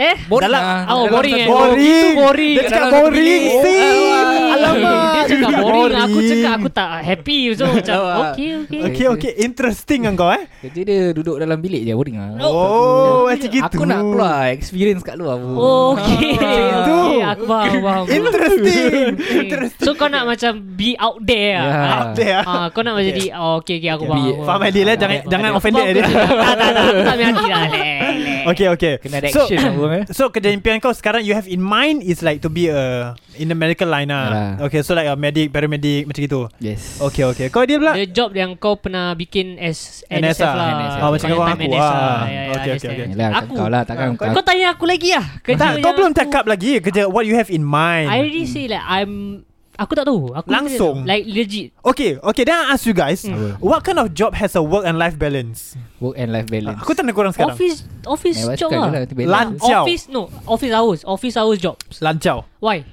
Eh? Boring Dalam- lah Oh, Dalam boring satu- eh. Boring. Itu boring. Dia cakap boring. Oh, Si. alamak. Alamak. Dia cakap Dia boring. Aku boring. cakap aku tak happy. So macam, Alamak. okay, okay. Okay, okay. Interesting kan kau eh? Kerja dia duduk dalam bilik je Boring lah Oh, macam gitu. Aku nak keluar Experience kat luar bro. Oh, okay. Itu. okay, aku faham, faham. Interesting. Okay. So kau nak macam be out there lah. Yeah. Up there. ah. Ah, kau nak macam jadi oh, Okay okay aku Okay. faham aku Faham Adil lah Jangan Faham, jangan faham. offended Aku Adil faham, aku faham. Tak tak tak Aku tak ambil hati lah Leh, leh. Okay okay Kena ada So action lah bro, eh. So kerja impian kau sekarang You have in mind Is like to be a In the medical line lah Yalah. Okay so like a medic Paramedic macam gitu Yes Okay okay Kau dia pula The job yang kau pernah bikin As NS NSF lah NSF. Ah, Macam Kau kau yang aku time NS lah. ah. Ya, ya, Okay okay okay understand. Yelah macam Aku. Ah, kau lah Takkan kau Kau tanya aku lagi lah Kerja tak, yang kau belum aku- cakap lagi kerja what you have in mind. I already say like I'm Aku tak tahu aku Langsung. Like legit okay, okay, then I ask you guys, what kind of job has a work and life balance? Work and life balance Aku tanya korang sekarang. Office Office Memang job cakap je lah nanti balance. Lan- Ciao. Office no Office hours Office hours job Lancau. Why?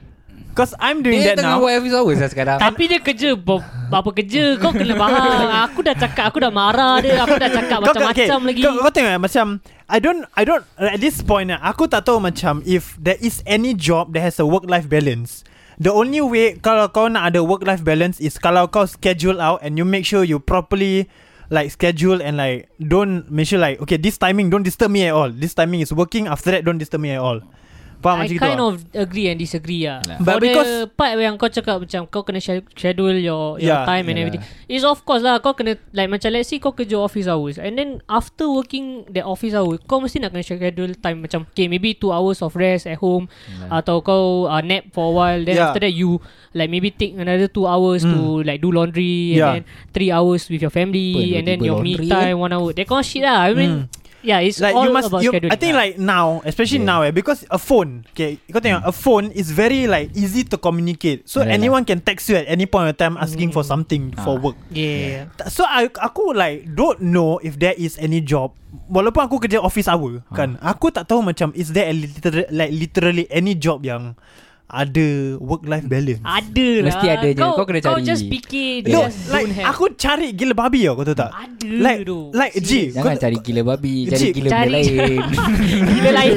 Cause I'm doing Dia that tengah now. buat office hours lah sekarang Tapi dia kerja ber- Berapa kerja Kau kena faham Aku dah cakap Aku dah marah dia Aku dah cakap macam-macam lagi Kau, kau tengok eh, macam I don't I don't at this point eh, aku tak tahu macam if there is any job that has a work life balance. The only way kalau kau nak ada work life balance is kalau kau schedule out and you make sure you properly like schedule and like don't make sure like okay this timing don't disturb me at all. This timing is working after that don't disturb me at all. Faham I macam kind gitu? ah? of agree and disagree lah. But Lah. But For because because- the part yang kau cakap macam kau kena schedule- schedule your your Yeah. time and Yeah. everything. Is of course lah kau kena like macam let's say kau kerja office hours and then after working the office hour kau mesti nak kena schedule time macam okay maybe 2 hours of rest at home Yalah. atau kau uh, nap for a while then Yeah. Hmm. after that you like maybe take another 2 hours to like do laundry Yeah. and then 3 hours with your Apa, family and then tiba-tiba your me laundry, time 1 hour. That kind of shit lah. I mean Yeah, it's Hmm. like all you must about lah. you, scheduling. I think like now Especially Yeah. now Hmm. eh Because a phone Okay Kau tengok a phone Is very like Easy to communicate So Correct lah. anyone can text you At any point of time Asking for Hmm. something For Ah. work yeah, yeah. Ta- So I, aku like Don't know If there is any job Walaupun aku kerja office hour Ah. Kan Aku tak tahu macam Is there a liter- Like literally Any job yang Ada Work life balance Ada lah Mesti ada je. Kau kena kau cari. just fikir No just Like don't have. aku cari gila babi tau Kau tahu tak Ada Like tu Like G Jangan kau- cari gila babi Cari Cik, gila cari- benda lain Gila lain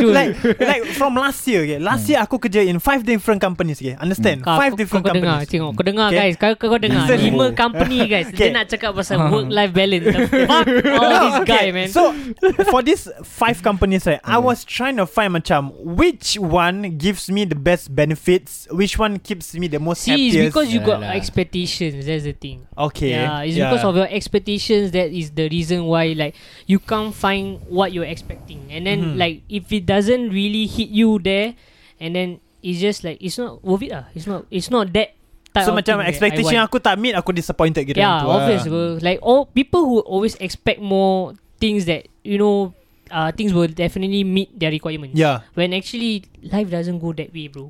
Sure like like from last year okay. Last Hmm. year aku kerja in five different companies okay. Understand? Kau- Five kau- different Hmm. kau dengar, companies. Tengok kau dengar Okay. guys Kau, kau, kau dengar Listen. Lima company guys Dia Okay. nak cakap pasal work life balance The Fuck all No, this guy man Hmm. So for these five companies right, I was trying to find macam which one gives me the best benefits, which one keeps me the most See, it's happiest. because you got Yalah. expectations. That's the thing. okay. Yeah, it's because of your expectations that is the reason why like you can't find what you're expecting. And then Mhm. like if it doesn't really hit you there and then it's just like it's not worth it. Ah. It's not it's not that type So of macam thing that I expectation want. aku tak meet Aku disappointed gitu lah. Yeah, obvious. bro. Like all people who always expect more things that you know uh, things will definitely meet their requirements. Yeah When actually life doesn't go that way, bro.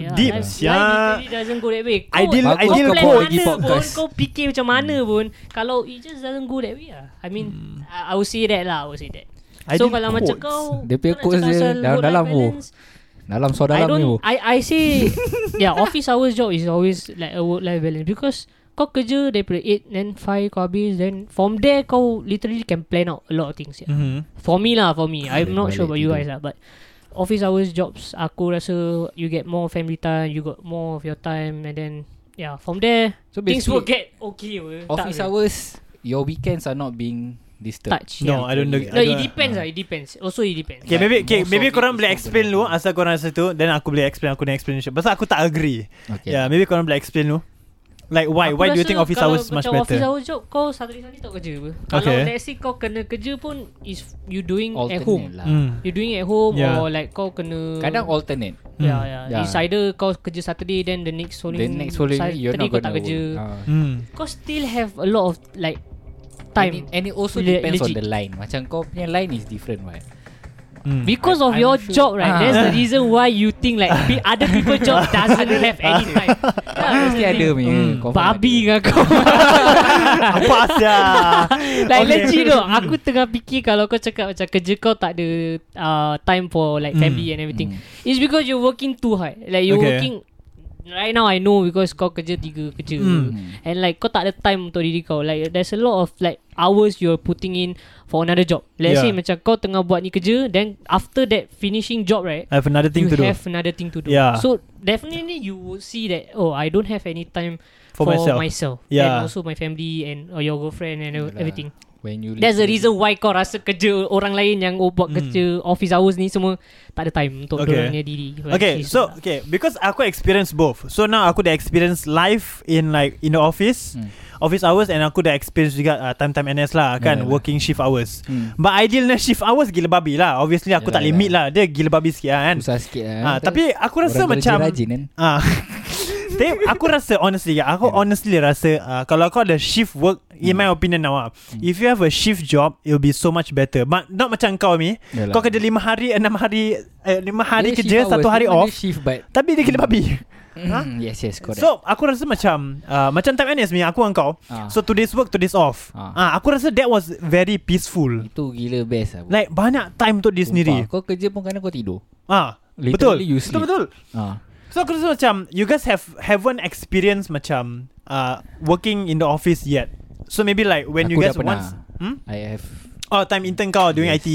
yeah, deep, life, sia. life literally doesn't go that way. Kau, Ideal Bagus kau Ideal plan kau quote Hmm. pergi mana pun, podcast. kau fikir macam mana pun, kalau it just doesn't go that way lah. I mean, I, I would say that lah, I would say that. so Ideal kalau macam quotes. kau, Dia punya kau nak quotes dia cakap pasal work-life dalam-dalam, bro. balance, Dalam so I dalam ni don't bro. I I say Yeah office hours job Is always like A work life balance Because Kau kerja daripada 8 Then 5 kau habis Then from there Kau literally can plan out A lot of things yeah. Mhm. For me lah For me I'm Balik- not sure balik about you tidur. guys lah But Office hours jobs Aku rasa You get more family time You got more of your time And then Yeah from there So Things will basically get okay we. Office hours Your weekends are not being Disturbed Touch No yeah. I don't know No it depends lah It depends Also it depends Okay, But maybe okay, most maybe of it korang is boleh not explain dulu asal korang rasa tu then aku boleh explain aku punya explanation. Pasal aku tak agree. Okay. Yeah, maybe korang boleh explain dulu. Like why? Aku why do you rasa think office kalau hours is much macam Office better? hours job kau Saturday-Sunday tak kerja apa Kalau Okay. let's say kau kena kerja pun Is you doing Alternate at home lah Hmm. You doing at home Yeah. Hmm. Or like kau kena Kadang alternate Yeah, yeah. Yeah. yeah. It's either kau kerja Saturday Then the next following The next following Saturday day, You're not kau gonna tak work kerja Ah. Hmm. Kau still have a lot of like And Time it, and it also Le- depends on legit. the line Macam kau punya line is different right Hmm. Because of I'm your sure- job right Ah. That's the reason why you think like pe- Other people job doesn't have any time yeah, Mesti ada punya confirm Hmm. Babi ada. dengan kau Apa asya? Like okay. legit though Aku tengah fikir Kalau kau cakap macam Kerja kau tak ada uh, Time for like family and everything It's because you're working too hard Like Hmm. you're Okay. working Right now I know Because kau kerja tiga kerja Mm. And like kau tak ada time Untuk diri kau Like there's a lot of like Hours you're putting in For another job Let's Yeah. say macam Kau tengah buat ni kerja Then after that Finishing job right I have another thing you to do have another thing to do. Yeah. So definitely you will see that oh I don't have any time for myself. Yeah. and also my family and or your girlfriend and Yalah. everything. When you That's the reason why kau rasa kerja orang lain yang oh, buat Hmm. kerja office hours ni semua tak ada time untuk Okay. okay. dorangnya diri. Okay, lah. Like, so okay because aku experience both. So now aku dah experience life in like in the office, Hmm. office hours, and aku dah experience juga uh, time time NS lah kan Yeah, yeah. working shift hours. hmm. But idealnya shift hours gila babi lah. Obviously aku tak Yeah, yeah. limit lah. Dia gila babi sikit lah, kan. Susah sikit lah Ah, tapi aku rasa Orang macam kerja rajin kan Ah. Tapi aku rasa honestly ya, Aku Yeah. Hmm. honestly rasa uh, Kalau kau ada shift work In my opinion now ah, If you have a shift job It'll be so much better But not macam kau ni Yalah. Kau kerja 5 hari 6 hari 5 hari Dia kerja shift 1 hours, hari memang dia off shift but Tapi dia kena babi Ha? Mm, Yes yes correct So aku rasa macam uh, Macam time NS ni Aku dengan kau Ah. So two days work Two days off Ah. Ah, Aku rasa that was very peaceful Itu gila best lah bro. Like banyak time untuk diri Sumpah, sendiri Kau kerja pun kadang kau tidur Ah, Betul Literally you sleep. Betul-betul ah. So aku rasa macam You guys have Haven't experienced macam uh, Working in the office yet So maybe like When Aku you guys dah pernah. once hmm? I have Oh time intern kau Doing E. Yes. IT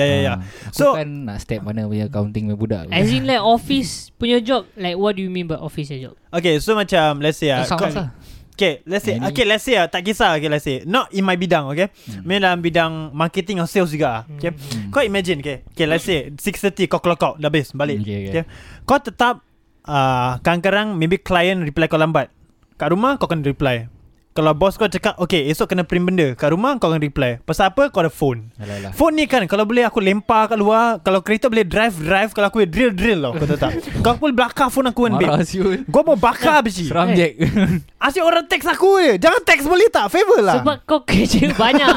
Yeah yeah yeah ah, Aku So- so, kan nak step mana punya accounting punya budak As in like office punya job Like what do you mean by office punya job? Ah. Okay so macam Let's say uh, Sounds lah. Okay let's say Any- Okay let's say uh, Tak kisah okay let's say Not in my bidang okay hmm. Maybe dalam bidang Marketing or sales juga ah, Okay Hmm. Kau imagine okay Okay let's say 6.30 kau clock out Dah habis balik Okay, okay. Kau ah, tetap uh, Kadang-kadang Maybe client reply kau lambat Kat rumah kau kena reply Kalau bos kau cakap Okay esok kena print benda Kat rumah kau akan reply Pasal apa kau ada phone Alah, alah. Phone ni kan Kalau boleh aku lempar kat luar Kalau kereta boleh drive drive Kalau aku boleh drill drill tau Kau tahu tak Kau pun belakang phone aku kan Marah babe siul Gua mau bakar biji Seram Jack Asyik orang teks aku je Jangan teks boleh tak Favor lah Sebab kau kerja banyak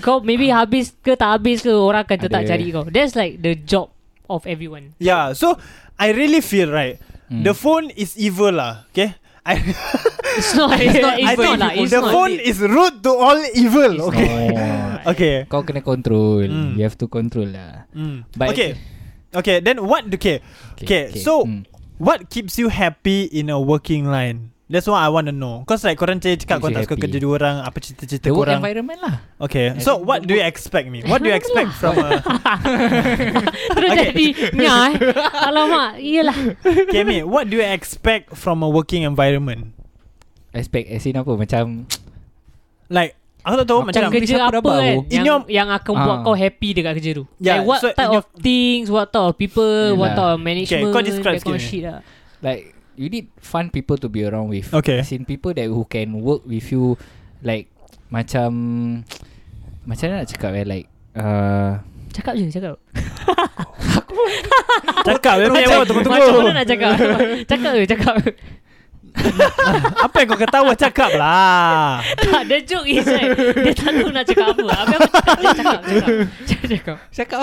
Kau maybe habis ke tak habis ke Orang akan Ada. tetap cari kau That's like the job of everyone Yeah, Ya, so I really feel right. Mm. Hmm. The phone is evil lah, okay? I, It's not It's not, it's think not lah It's the not phone is root to all evil, okay? oh. Okay. Kau kena control Hmm. You have to control lah Mm. But- okay. Okay, then what okay. Okay, so- hmm. What keeps you happy in a working line? That's what I want to know. Cause like korang cakap cakap Keeps korang you tak suka happy. kerja dua orang, apa cita-cita The work korang. environment lah Okay, so what do you expect me? What do you expect from a... Terus Okay. jadi Nya eh Alamak Yelah Okay, me, what do you expect from a working environment? Aspect as in apa Macam Like, aku tak tahu Macam macam... Macam kerja siapa apa rabau. kan In yang, your- yang akan buat Ah. kau happy dekat kerja tu Yeah, Like what so in type your- of things What type of people What Yelah. type of management kau describe that kind sikit of ni. shit lah Like You need fun people to be around with Okay. As in people that Who can work with you Like Macam Macam mana nak cakap eh Like uh, Cakap je cakap Cakap, dia punya awak Macam mana tunggu-tunggu. nak cakap Cakap je cakap Apa yang kau ketawa, cakap lah. Tak the joke is like Dia tak tahu nak cakap apa Habis aku cakap dia cakap Cakap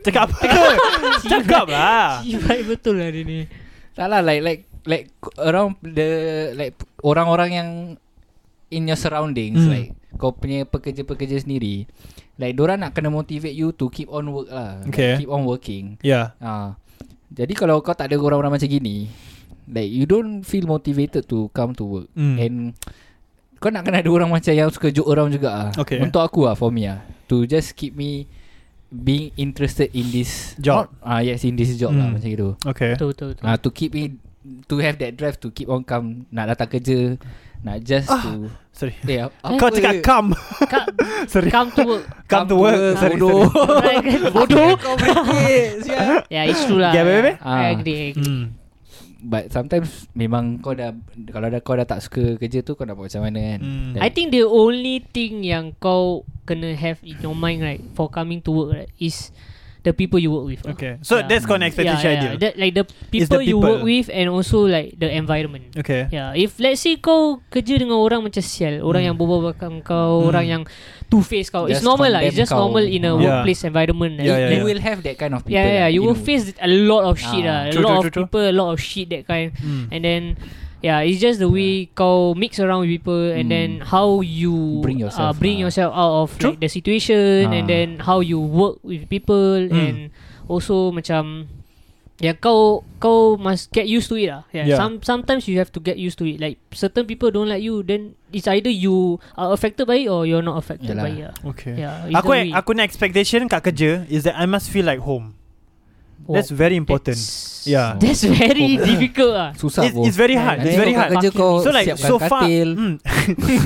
Cakap, Cakap Cakap lah cakap. apa? Cakap lah. Cibai betul lah dia ni Tak lah like like like around the like orang-orang yang in your surroundings Hmm. mm. like kau punya pekerja-pekerja sendiri like diorang nak kena motivate you to keep on work lah Okay. like, keep on working Yeah. ah jadi kalau kau tak ada orang-orang macam gini like you don't feel motivated to come to work Hmm. and kau nak kena ada orang macam yang suka joke around juga ah Okay. untuk aku ah for me ah to just keep me being interested in this Job. ah yes in this job lah Hmm. macam gitu Okay. Betul betul betul Ah uh, to keep it to have that drive to keep on come nak datang kerja nak just ah. to Sorry. eh ap- apa Kau cakap come. Ka- Sorry. Come to work Come to work. Sorry, bodoh Bodoh kau berikit sial Ya yeah, it's true lah Okay, babe, babe. I Ah. agree Hmm. but sometimes memang kau dah kalau dah kau dah tak suka kerja tu kau nak buat macam mana kan Hmm. Like, I think the only thing yang kau kena have in your mind right for coming to work right is the people you work with. lah. Okay. So that's kau punya expectation ideal. That, like the It's the people, the people you people. work with and also like the environment. Okay. Yeah, if let's say kau kerja dengan orang macam sial, orang Hmm. yang bobo bakang kau, Hmm. orang yang two face kau. Just It's normal lah. It's condemn just kau. normal in a Yeah. workplace environment. Yeah, yeah, you yeah. will have that kind of people Yeah, yeah, yeah. lah, You in a will way. face a lot of shit Ah. lah. A True, true, lot of true, true. people, a lot of shit that kind. Hmm. And then yeah, it's just the way kau mix around with people Mm. and then how you Bring uh, yourself, bring ah. yourself out of True. like, the situation and Ah. then how you work with people Mm. and also macam yeah kau kau must get used to it lah. Yeah. Yeah. Some sometimes you have to get used to it. Like certain people don't like you then it's either you are affected by it or you're not affected Yalah. by it. lah. Okay. Yeah. Aku eh, either way. aku punya expectation kat kerja is that I must feel like home. Wow. That's very important. That's- Yeah. That's very difficult ah. susah Kan? It's, it's very hard. It's very hard. kerja kau So like siapkan so far katil hmm.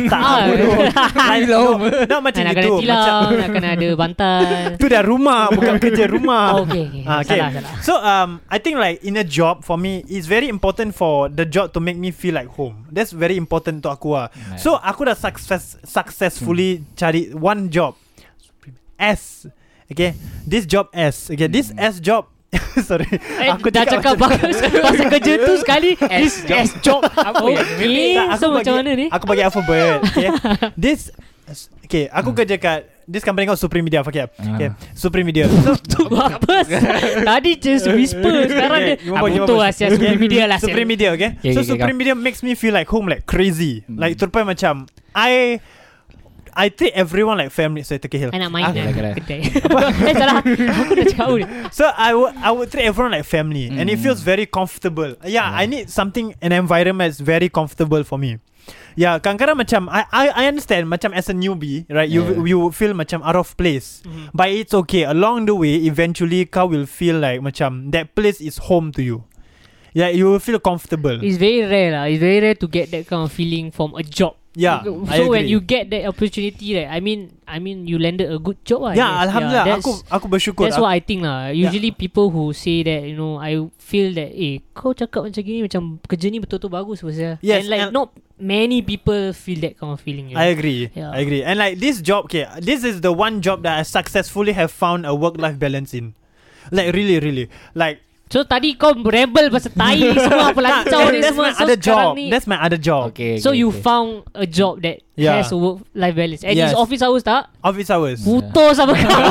Tak Ah. bodoh. Like, no, Not macam nak itu kena tilam, Macam nak kena ada bantal. Itu dah rumah Bukan kerja rumah Oh, okay, okay. Ah, Salah, salah. So um, I think like in a job for me, it's very important for the job to make me feel like home. That's very important to aku lah. Right. So aku dah success Hmm. successfully cari one job S. Okay, this job S. Okay, this Hmm. S job. sorry, Eh, aku dah cakap pasal, pasal kerja tu sekali This S job Okay Oh, Tak, So bagi- macam mana ni Aku bagi alphabet okay? This Okay Aku Hmm. kerja kat This company kau Supreme Media Fakir Ah. okay. Supreme Media So Apa Tadi just whisper Sekarang dia you Ah want- you betul want- lah Sial Supreme Media lah Supreme Supreme Media okay, Okay, So okay, Supreme Media makes me feel like home Like crazy Hmm. Like to the point macam I I treat everyone like family Saya terkehil Anak main Ah, lah kedai. Kedai Eh salah Aku dah cakap ni So I would I would treat everyone like family And it Mm. feels very comfortable Yeah I need something An environment that's very comfortable for me Yeah kadang-kadang macam I, I I understand Macam as a newbie Right You Yeah. you would feel macam out of place Mhm. But it's okay Along the way Eventually kau will feel like Macam that place is home to you Yeah you will feel comfortable It's very rare lah It's very rare to get that kind of feeling From a job Yeah, so I agree. when you get that opportunity, right? I mean, I mean, you landed a good job. lah, I Ya, guess. alhamdulillah. Yeah, aku that's- aku bersyukur. That's what I think lah. Ya. Usually people who say that, you know, I feel that, eh, kau cakap macam gini, macam kerja ni betul-betul bagus pasal. Yes, and like and- not many people feel that kind of feeling. ya. You I know? agree. Yeah. I agree. And like this job, okay, this is the one job that I successfully have found a work-life balance in. Like really, really. Like so tadi kau rebel pasal tai ni semua apa Nah, lancar ni that's my semua. So other sekarang job. ni, That's my other job. Okay, so okay, you okay. found a job that Yeah. has a work-life balance. And Yes. it's office hours tak? Office hours. Putus sama kau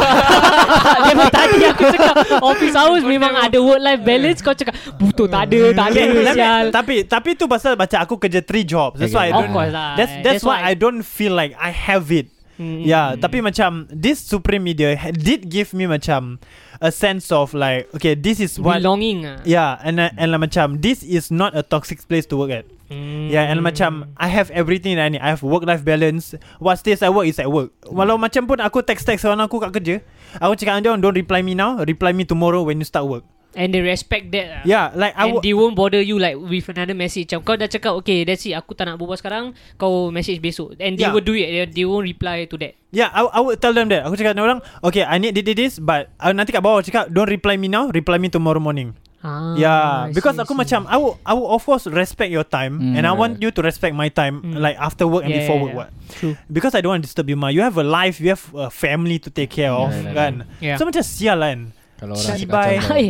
Memang tadi aku cakap Office hours memang ada work life balance Kau cakap Butuh tak ada Tak ada Okay, let me- sial tapi tapi tu pasal macam aku kerja three jobs. That's why I Of don't. course lah That's that's, why I don't feel like I have it. Hmm. Yeah, tapi macam this Supreme Media ha- did give me macam a sense of like okay, this is what Belonging ah. Yeah, and uh, and like, macam this is not a toxic place to work at. Hmm. Yeah, Ya, and macam I have everything that I need. I have work life balance. What stays at work is at work. Walau macam pun aku text text kawan aku kat kerja, aku cakap dengan dia don't reply me now, reply me tomorrow when you start work. And they respect that ah. Yeah, like I wo- And they won't bother you like with another message. Macam kau dah cakap, okay, that's it. Aku tak nak berbual sekarang. Kau message besok. And they Yeah. will do it. They, they won't reply to that. yeah, ya, I, I would tell them that. Aku cakap dengan orang, okay, I need this, this, this but uh, nanti kat bawah cakap don't reply me now, reply me tomorrow morning. Ah, yeah, I because see, aku I see. macam "Ah, I will, I will of course respect your time Mm. and I want you to respect my time Mm. like after work and Yeah, before yeah, work. yeah. What? True. Because I don't want to disturb you ma You have a life You have a family to take care of Yeah, yeah, Kan yeah. So macam sial kan Kalau orang Si cakap bai. macam Hai,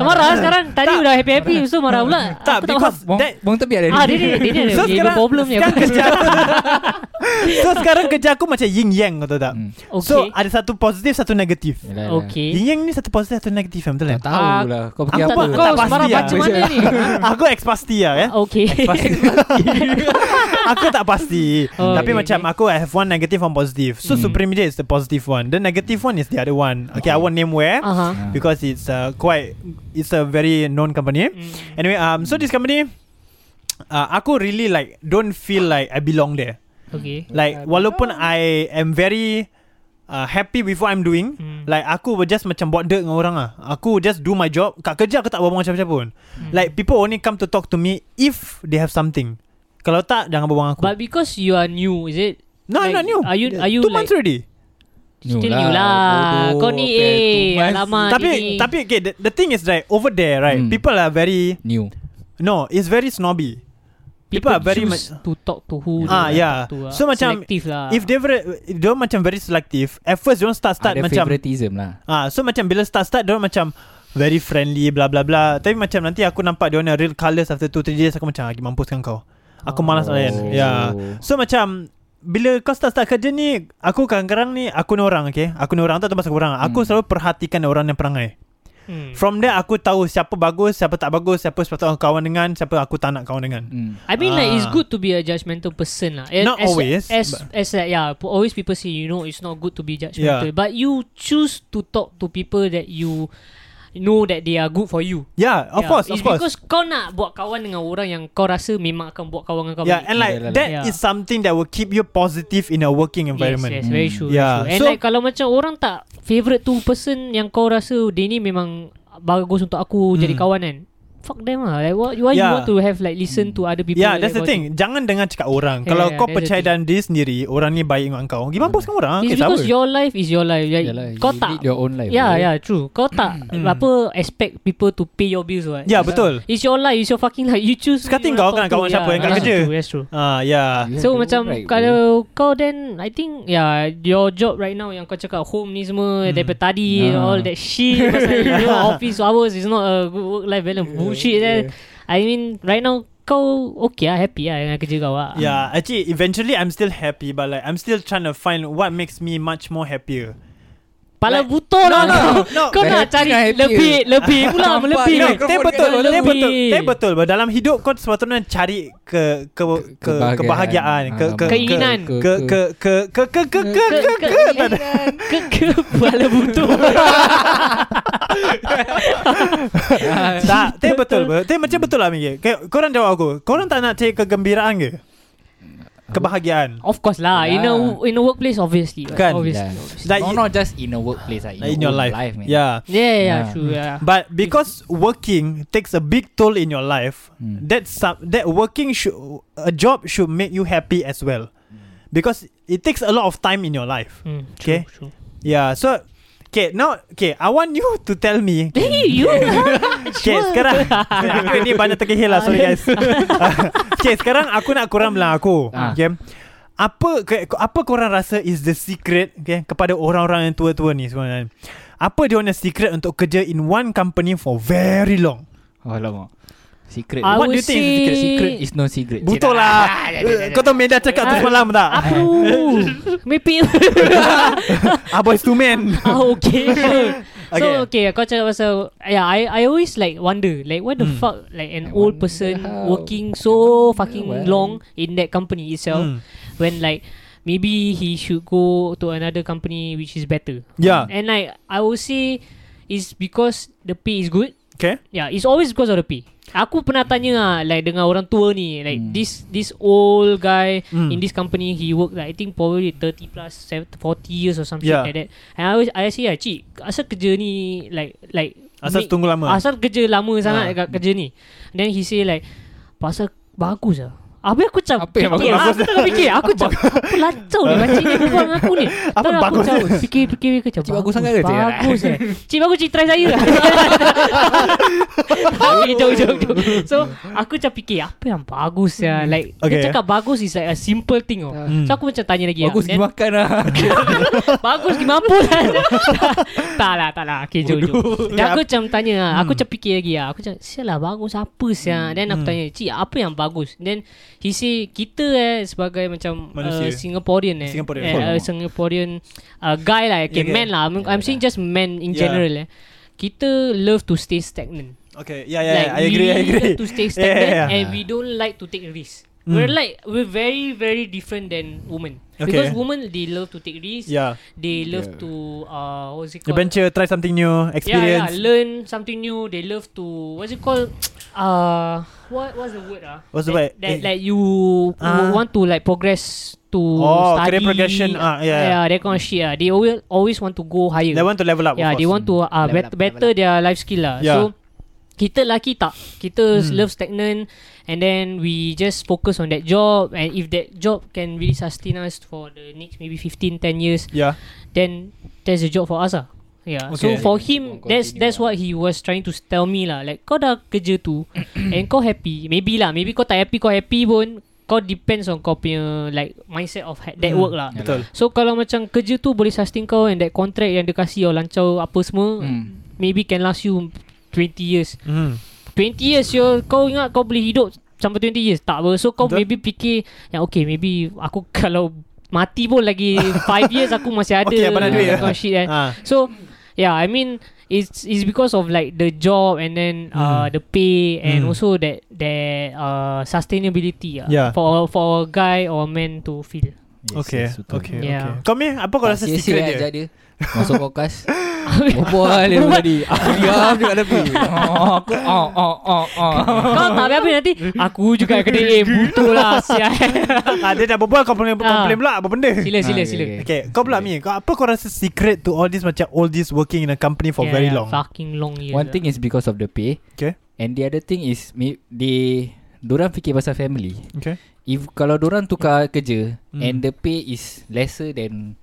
marah lah sekarang. Tadi Tak. udah happy-happy. Lepas tu marah pula. Tak Aku because Bong, that, bong tepi ada Ah, dia dia dia dia. So dia sekarang problem ni sekarang aku. kerja So sekarang kerja aku macam yin yang Kau tahu tak Hmm. Mm, Okay. So ada satu positif Satu negatif Yelah, yelah. okay. Yin yang ni satu positif Satu negatif kan Betul Tak kan tahu lah Kau fikir Aku apa tak Kau pasti sembarang lah. baca mana ni? Aku ex pasti lah kan Okay. Aku tak pasti Oh, Tapi okay, macam okay. Aku I have one negative One positive So Hmm. Supreme Media is the positive one The negative one is the other one Okay I won't name where Aha. Because it's uh, quite It's a very known company Mm. Anyway, um, so this company, uh, aku really like don't feel like I belong there. Okay. Like walaupun I am very uh, happy with what I'm doing, Hmm. like aku will just macam buat dirt dengan orang ah. Aku just do my job. Kat kerja aku tak berbual macam-macam pun. Hmm. Like people only come to talk to me if they have something. Kalau tak jangan berbual dengan aku. But because you are new, is it? no, like, I'm not new. are you- are you two like- months already? New Still lah, new lah. bodoh, Kau ni apa, eh. two months. Alamak. tapi ini. tapi okay, the, the thing is right over there right. Hmm. People are very New no, it's very snobby. people are very choose to talk to who. Ah, they yeah. want to talk To, So macam selective lah. If they were, dia macam very selective. At first, dia start start Ada macam favoritism lah ah, so macam bila start start dia macam very friendly bla bla bla. Tapi macam nanti aku nampak dia real colours after 2 3 days aku macam "Ah, lagi mampuskan kau. Aku malas Oh. layan. Ya. Yeah. So macam bila kau start-start kerja ni Aku kadang-kadang ni Aku ni orang okay Aku ni orang tak tahu pasal orang Aku selalu perhatikan orang yang perangai Hmm. From there aku tahu Siapa bagus Siapa tak bagus Siapa sepatutnya aku kawan dengan Siapa aku tak nak kawan dengan Hmm. I mean like it's Ah. good to be a judgmental person lah. And Not as, always, As but- as like, yeah, p- always people say you know it's not good to be judgmental, Yeah. but you choose to talk to people that you know that they are good for you. Yeah Ya, of yeah. course Ya, it's of course because kau nak buat kawan dengan orang yang kau rasa memang akan buat kawan dengan kau. Yeah, balik. Ya, and Yeah, like lah, that lah. is something that will keep you positive in a working environment. Yes, yes, very true. Yeah. Yeah. True. And So- so, like kalau macam orang tak favorite tu person yang kau rasa "Oh, dia ni memang bagus untuk aku Hmm. jadi kawan kan. Fuck them lah. Like why, Yeah. why you want to have like listen to other people? Yeah, that's like, the thing. Jangan dengar cakap orang. Yeah, Kalau yeah, kau that's the percaya thing. dalam diri sendiri, orang ni baik dengan kau. Gimana pun orang? Okay, It's because sama. your life is your life. Like, Yalah, kau you tak lead your own life Yeah, right? yeah, true. Kau tak apa expect people to pay your bills right? Hmm. Yeah, betul. It's your life, it's your fucking life. You choose. who Sekarang kau you want akan talk kawan to. siapa yang kat that's kerja. true, That's true. Ah, yeah. You have So your own macam right, bro. kalau kau then I think yeah your job right now yang kau cakap home ni semua hmm. daripada Ya. Ah. tadi and all that shit pasal you know, office hours is not a good work life balance bullshit yeah. I mean right now kau okay lah happy lah dengan kerja kau lah. Yeah, actually, eventually I'm still happy, but like I'm still trying to find what makes me much more happier. Pala Like- butuh No, lah no, kau. no. Kau Happy nak cari lah, happy lebih lebih pula Nampak lebih. ni, No, Mikrofon tapi dekat betul, dalam tapi lebih. betul, tapi betul. Bahawa Dalam hidup kau sepatutnya cari ke ke ke kebahagiaan, ke ke Keinginan. ke ke ke ke ke ke ke ke ke ke tak ada. ke ke pala butuh. Tak, tapi betul. Tapi macam betul lah Minggi. Kau- Korang jawab aku. Korang tak nak cari kegembiraan ke? kebahagiaan. Of course lah. In a Lah. in a workplace obviously. Kan? right? Obviously. Yeah. obviously. Like Like no, you- not just in a workplace lah, in, Like in your whole life. life man. yeah. Hmm. Yeah, yeah, yeah, Yeah. true. Yeah. But because working takes a big toll in your life, Hmm. that sub that working should a job should make you happy as well, because it takes a lot of time in your life. Mm, true, Okay. True. Yeah. So, okay, now okay, I want you to tell me. Hey, you. Okay, sekarang aku ni banyak terkehil lah, sorry guys. okay, sekarang aku nak korang belah aku. Ah. Okay. Apa ke- apa korang rasa is the secret okay, kepada orang-orang yang tua-tua ni sebenarnya? Apa dia punya secret untuk kerja in one company for very long? Oh lama. Secret. I What do would you think is say secret, secret is no secret. ah. Betul lah. Eh, Kau tahu Meda cakap tu Ah, semalam tak? Aduh. Mimpi. Abang tu man. ah, okay. So Okay. okay, kau cakap pasal yeah, I I always like wonder like what the Mm. fuck like an Hmm. I old wonder person how. working so fucking why. long in that company itself Mm. Hmm. when like maybe he should go to another company which is better. Yeah. And like I would say is because the pay is good. Okay. Yeah, it's always because of the pay. Aku pernah tanya lah, like dengan orang tua ni, like Hmm. mm. this this old guy Mm. mm. in this company, he work like I think probably 30 plus 70, 40 years or something Yeah. yeah. like that. And I always I say lah, cik, asal kerja ni like like Asal make- tunggu lama. Asal kerja lama Ah. sangat kat kerja ni. Then he say like pasal bagus lah. Habis aku macam Apa yang fikir, bagus? Aku tengah fikir Aku macam Aku lancau ni Makcik ni Buang aku ni Apa Tak, bagus Aku macam Fikir-fikir aku macam Cik bagus sangat ke, cik? Bagus eh Cik bagus cik try saya Okay jauh jauh jauh So Aku macam fikir Apa yang bagus ya Like okay. Hmm. Okay. Dia cakap bagus Is like a simple thing oh. Hmm. So aku macam tanya lagi Bagus ah. Then- pergi makan lah. Bagus pergi mampu lah Tak lah tak lah Okay jom jom Dan aku macam tanya lah Aku Hmm. macam fikir lagi lah Aku macam Sial lah bagus apa sial Then aku tanya Cik apa yang bagus Then he say Kita eh sebagai macam Manusia. uh, Singaporean eh Singaporean. eh, uh, Singaporean uh, Guy lah Okay Yeah, man lah I'm, I'm saying just men in Yeah. general eh Kita love to stay stagnant Okay. Yeah, yeah, yeah. I we agree, I really agree. like to stay Yeah, stagnant yeah, yeah. and we don't like to take risks. We're like we're very very different than women Okay. because women they love to take risks. Yeah. They love to uh what's it called? Adventure, try something new, Yeah, yeah, experience. learn something new. They love to what's it called? uh what what's the word ah? What's the that, word? That Eh. like you Ah. want to like progress to Oh, study. career progression. Ah, yeah, yeah. yeah, that kind of shit. Ah, they always always want to go higher. They want to level up. Yeah, of they course. want to Level uh, bet- up, level better their life skill lah. Yeah. So kita lelaki tak. Kita hmm. love stagnant and then we just focus on that job and if that job can really sustain us for the next maybe 15 10 years Yeah. then that's a job for us lah. Yeah. Okay. Okay. So for him Continue that's that's lah. what he was trying to tell me lah. Like kau dah kerja tu and kau happy. Maybe lah, maybe kau tak happy, kau happy pun kau depends on kau punya like mindset of ha- that Hmm. work lah. Betul. So kalau macam kerja tu boleh sustain kau and that contract yang dia kasih kau lancar apa semua Hmm. hmm. maybe can last you 20 years. Mm. 20 years yo kau ingat kau boleh hidup sampai 20 years tak apa. So Betul. kau Betul. maybe fikir yang okay maybe aku kalau mati pun lagi 5 years aku masih ada Okay, abang ada duit ya. that kind of shit, eh. Ah. So yeah, I mean it's it's because of like the job and then uh, the pay and Mm. also that that uh, sustainability uh, Yeah. for for a guy or man to feel. Okay, okay, Yeah. okay. Kau Meh, apa kau Ah, rasa secret dia? dia? Masuk fokus. Berbual lah dia tadi. Aku diam dekat tepi. Oh, aku oh oh oh oh. Kau tak apa-apa nanti Aku juga kena aim Butuh lah sial. ah, dia dah berbual kau komplain, Ah. komplain pula apa benda? Sila sila Okay, sila okay. Okay, kau pula Meh, kau apa kau rasa secret to all this macam all this working in a company for Yeah, very yeah, long? Fucking long years One lah. thing is because of the pay Okay. and the other thing is may- they Diorang fikir pasal family. Okay. If kalau diorang tukar kerja Hmm. mm. and the pay is lesser than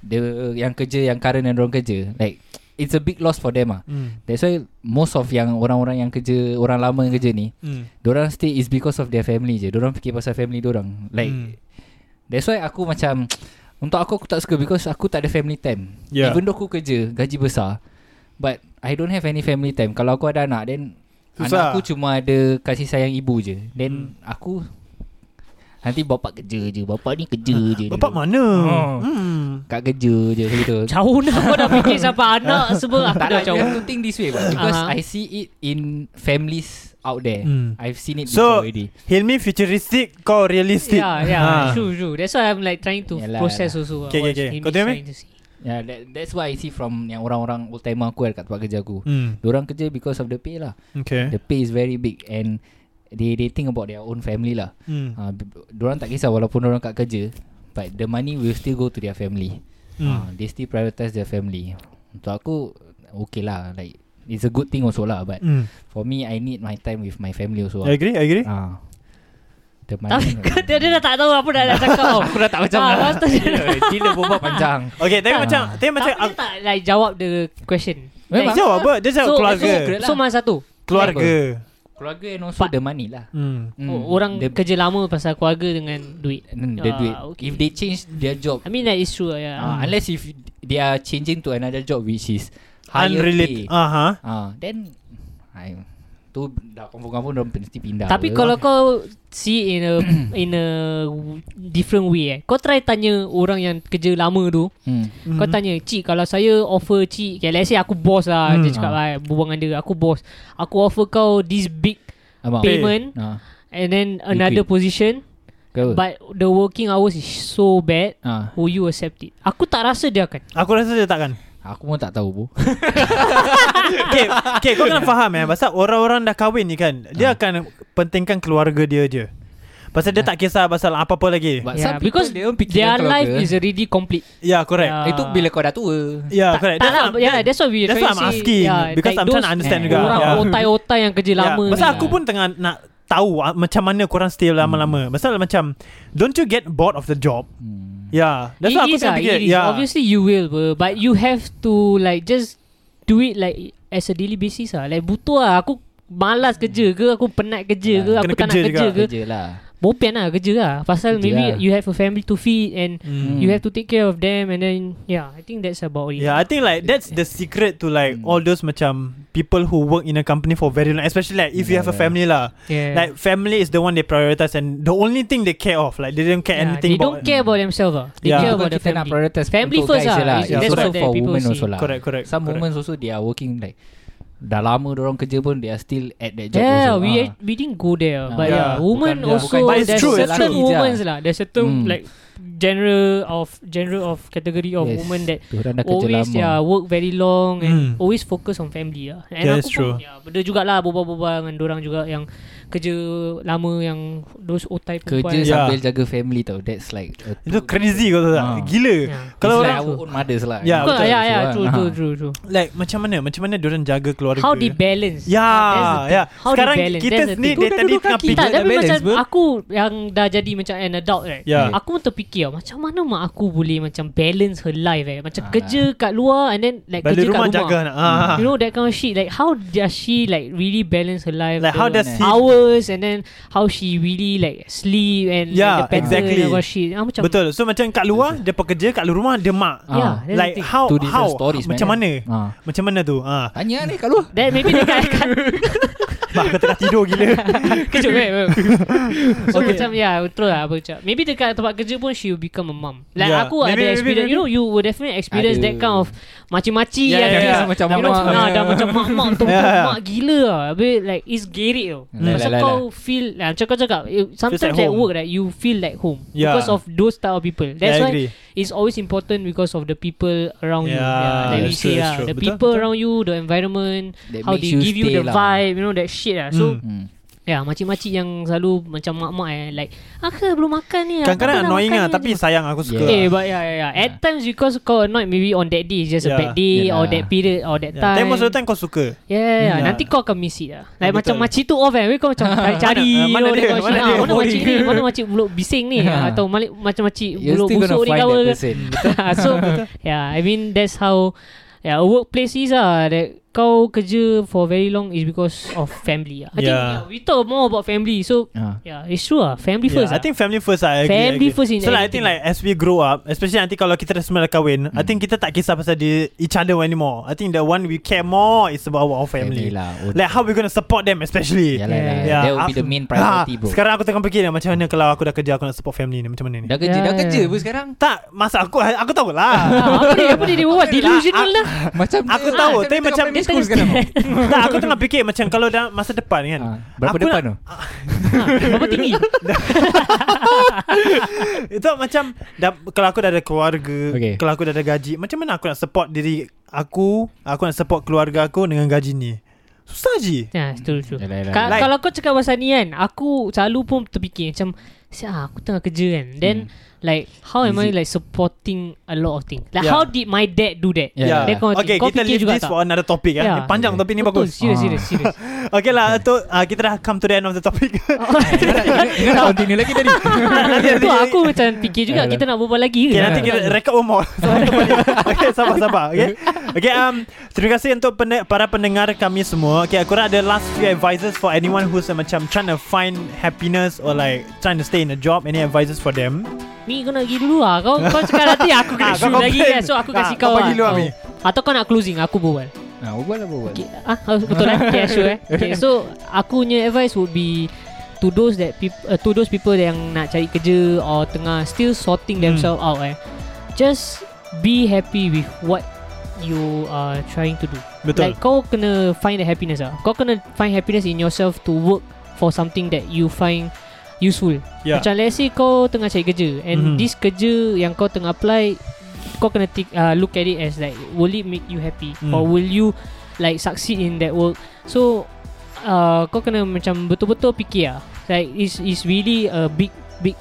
the yang kerja yang current yang diorang kerja, like it's a big loss for them ah. Mm. That's why most of yang orang-orang yang kerja orang lama yang kerja ni, Mm. Diorang stay is because of their family je Diorang fikir pasal family diorang Like Hmm. mm. That's why aku macam Untuk aku aku tak suka Because aku tak ada family time Yeah. Even though aku kerja Gaji besar But I don't have any family time Kalau aku ada anak Then Susah. Hmm. Anak aku cuma ada Kasih sayang ibu je Then aku Nanti bapak kerja je Bapak ni kerja je Bapak mana? Oh. Hmm. Kat kerja je Gitu Jauh nak Kau dah fikir sampai anak Semua aku tak lah, dah you jauh have to think this way but Because Uh-huh. I see it in families out there Hmm. I've seen it So, before already Hilmi futuristic, kau realistic. Yeah yeah Ah. True true That's why I'm like trying to Yalah, Process yalah. also Okay, okay, what okay. Hamish Kau tengok, trying to say. Yeah, that, that's what I see from yang orang-orang old timer aku lah kat tempat kerja aku. Hmm. Eh? Diorang kerja because of the pay lah. Okay. The pay is very big and they they think about their own family lah. Hmm. Ah, b- diorang tak kisah walaupun diorang kat kerja, but the money will still go to their family. hmm. Ah, they still prioritize their family. Untuk aku okay lah like it's a good thing also lah but Hmm. for me I need my time with my family also. I lah. agree, I agree. Ah. The money. Eh? Tapi dia, dia dah tak tahu apa dah nak cakap tau. Aku dah tak macam Ah, dah. lepas tu dia- Eh, Gila berbual panjang. Okay, tapi Tak. macam tapi Ah. Tapi macam dia tak like jawab the question. Memang. jawab apa? Dia jawab So- keluarga. Great lah. So mana satu? Keluarga. Keluarga and also But- the money lah. Hmm. Mm. O- Oh, Orang the, kerja lama pasal keluarga dengan duit. the Ah, hmm, duit. okay. If they change their job I mean that is true lah, yeah. Uh, unless if they are changing to another job which is higher Unrelated. pay. Aha. Uh-huh. Uh, then I tu dah confirm-confirm dia mesti pindah. Tapi apa. kalau kau see in a in a different way eh. Kau try tanya orang yang kerja lama tu. hmm. Mm-hmm. Kau tanya, "Cik, kalau saya offer cik, okay, let's say aku bos lah." Hmm. Mm, dia cakap lah, berbual dengan dia, "Aku bos. Aku offer kau this big Abang. payment Ah, and then another quit. position, kau. but the working hours is so bad." Ah, Will you accept it? Aku tak rasa dia akan. Aku rasa dia takkan. aku pun tak tahu bu. Okay, okay kau kena faham eh Pasal orang-orang dah kahwin ni kan Ah. Dia akan pentingkan keluarga dia je Pasal dia tak kisah pasal apa-apa lagi But Yeah, some because people, dia pun Their fikirkan life keluarga. is already complete. Ya yeah, correct Yeah. itu bila kau dah tua. Ya yeah, tak, correct tak lah, what- yeah, that's what we that's trying what I'm to say. asking Because I'm trying to those understand eh, juga Orang yeah. otai-otai yang kerja Ya, lama ni Hmm. Pasal lah. aku pun tengah nak tahu ah, Macam mana korang stay lama-lama Pasal macam Don't you get bored of the job Ah. Hmm, Ya yeah, That's It what aku is tengah lah, fikir ya. it is. yeah. Obviously you will ber, But you have to like Just do it like As a daily basis lah Like butuh lah Aku malas kerja ke Aku penat kerja ke Ya, Kena Aku tak nak kerja kerja juga. ke Kerja lah. Bopian lah kerja lah Pasal Kerja maybe lah. You have a family to feed And Hmm. you have to take care of them And then Yeah I think that's about it Yeah, Ya, I think like that's the secret to like all those macam people who work in a company for very long, especially like if you have a family lah. yeah. Like family is the one they prioritize and the only thing they care of. Like they don't care yeah, anything They about don't care about themselves lah They Yeah. care Bukan about the kita nak family prioritize Family untuk first guys lah. je lah. It's- It's that's also what for people women see. also lah. Correct, correct, Some correct. women also they are working like dah lama orang kerja pun they are still at that job Yeah, also. we Ah. act- we didn't go there, Ah. but Yeah. yeah, women Bukan- yeah, also bukan- But it's there's true, it's certain true. women lah, there's certain Mm. like genre of genre of category of women that Diorang dah kerja always lama. yeah work very long and Mm. always focus on family lah. And Yeah, aku that's pun true. yeah, benda jugalah berbual-bual dengan orang juga yang kerja lama yang those otai Kerja perempuan. Yeah. sambil jaga family tau That's like a, Itu crazy kau tahu tak? Ah. Gila. Yeah. Kalau It's like orang our own mothers lah Yeah, Betul, betul, yeah, yeah, true, Ah. true, true, true. like macam mana? Macam mana diorang jaga keluarga? How they balance? Ya, Ah, that's the thing. ya. How they Sekarang balance? kita That's the sendiri thing. dari tadi kan tengah Tak, fikir. dah tapi balance, macam bro. aku yang dah jadi macam an adult right. Ya. Aku pun terfikir oh, macam mana mak aku boleh macam balance her life eh. Macam kerja kat luar and then like Balik Ah, kerja ya. rumah kat rumah. jaga anak. Ah. You know that kind of shit like how does she like really balance her life? Like, the how does he- hours and then how she really like sleep and Yeah, the pattern exactly. and all that shit. Ah, macam Betul. So macam kat luar dia pekerja, kat rumah dia mak. Ah. Yeah, that's Like the thing. how Two different how stories, macam man. mana? Ah. Macam mana tu? Ah. Tanya lah ni kat luar That maybe dekat kat Mak kau tengah tidur gila. Kejut kan bro. So macam ya yeah, Betul lah apa macam Maybe dekat tempat kerja pun She will become a mom Like Yeah. aku Maybe, ada maybe, experience maybe. Ya, You know you will definitely experience Ada. That kind of Macam-macam Yeah, yeah, yeah. Macam you know, mak. ah, Dah macam mak-mak tu Yeah. Mak gila lah Habis like It's gerik tau Lah, Pasal lah, lah, kau feel like, Macam kau cakap you- Sometimes like at home. work right You feel like home Yeah. Because of those type of people That's Yeah, I why agree. It's always important Because of the people Around you Yeah, Like we that's true, say that's lah true. The Betul, people betul. around you The environment That How makes they you give you stay the lah. vibe You know that shit lah So Hmm. hmm. Ya, makcik-makcik yang selalu macam mak-mak eh like, "Aku belum makan ni." ya, aku Kadang-kadang nak annoying makan lah ni." tapi sayang aku suka. Eh, but yeah, yeah, yeah. At times because kau annoyed maybe on that day, it's just Yeah. a bad day Yeah lah. or that period or that Yeah, time. Tapi most of the Ya. time kan kau suka Yeah, yeah, yeah. Hmm. nanti kau akan miss it lah. Like Betul. macam makcik tu off eh. Habis Kau macam cari-cari. Mana- mana you know, dia? that kind of Mana shit. dia? Ah, Mana Boring. makcik ni? Mana makcik mulut bising ni? Yeah. Atau malik- macam makcik You're mulut still gonna busuk ni find kawa that ke? person Ah, so yeah, I mean that's how yeah, a workplace is ah that kau kerja for very long is because of family ah. I think Yeah. yeah, we talk more about family. So Ah. yeah, it's true ah. Family first. yeah, I ah. think family first lah I agree, Family I agree. first in So like, I think like everything. Hmm. As we grow up Especially nanti kalau kita dah semua dah kahwin I think kita tak kisah pasal di, Each other anymore I think the one we care more Is about our family, Family lah oh, Like how we gonna support them Especially Yalah, yalah. Yeah. That will be af- the main priority Ah, bro Sekarang aku tengah fikir Macam mana kalau aku dah kerja Aku nak support family ni Macam mana ni Dah kerja Yeah, Dah kerja yeah. pun sekarang Tak Masa aku Aku tahu lah Ah, apa dia apa dia dia buat delusional lah. Ah, Macam Aku tahu Ah, Tapi tengok macam primary school sekarang bro. Tak aku tengah fikir Macam kalau dah Masa depan kan Ah, Berapa aku depan nak- tu ah. Ah, Berapa tinggi? Itu macam dah, Kalau aku dah ada keluarga Okay. okay. Kalau aku dah ada gaji Macam mana aku nak support diri aku Aku nak support keluarga aku Dengan gaji ni Susah je Ya, betul betul. Yalah, yalah. Ka- Like- kalau kau cakap pasal ni kan, aku selalu pun terfikir macam Siapa aku tengah kerja kan Then Hmm. like How am I like supporting A lot of things Like Yeah. how did my dad do that Yeah. Then kau, Okay okay, kau kita fikir leave juga this tak for another topic Yeah. yeah. Panjang Okay. tapi ni Betul bagus Ah. serius serius serius Okay lah untuk, uh, Kita dah come to the end of the topic Ingat nak continue lagi tadi Itu aku macam fikir juga Kita nak berbual lagi ke Okay, nanti kita rekod umur. Sampai kembali. okay, sabar-sabar. Okay. Okay, um, terima kasih untuk pen- para pendengar kami semua. Okay, aku ada last few advices for anyone who's uh, macam trying to find happiness or like trying to stay in a job. Any advices for them? Ni kau nak pergi dulu lah Kau, kau cakap nanti aku kena Ah, kau shoot lagi complain. kan So aku Ah, kasih kau kau bagi dulu, lah Ami. Kau- Atau kau nak closing Aku berbual Nah berbual lah berbual Okay, ah, harus betul eh? Okay, sure eh. Okay, so aku punya advice would be to those that peop, uh, to those people yang nak cari kerja or tengah still sorting Hmm. themselves out eh. Just be happy with what you are trying to do. Betul. Like kau kena find the happiness ah. Kau kena find happiness in yourself to work for something that you find useful. yeah. Macam let's say kau tengah cari kerja and Ya. Mhm. this kerja yang kau tengah apply kau kena t- uh, look at it as like will it make you happy Mm. or will you like succeed in that work. So uh, kau kena macam betul-betul fikir lah. Like it's it's really a big big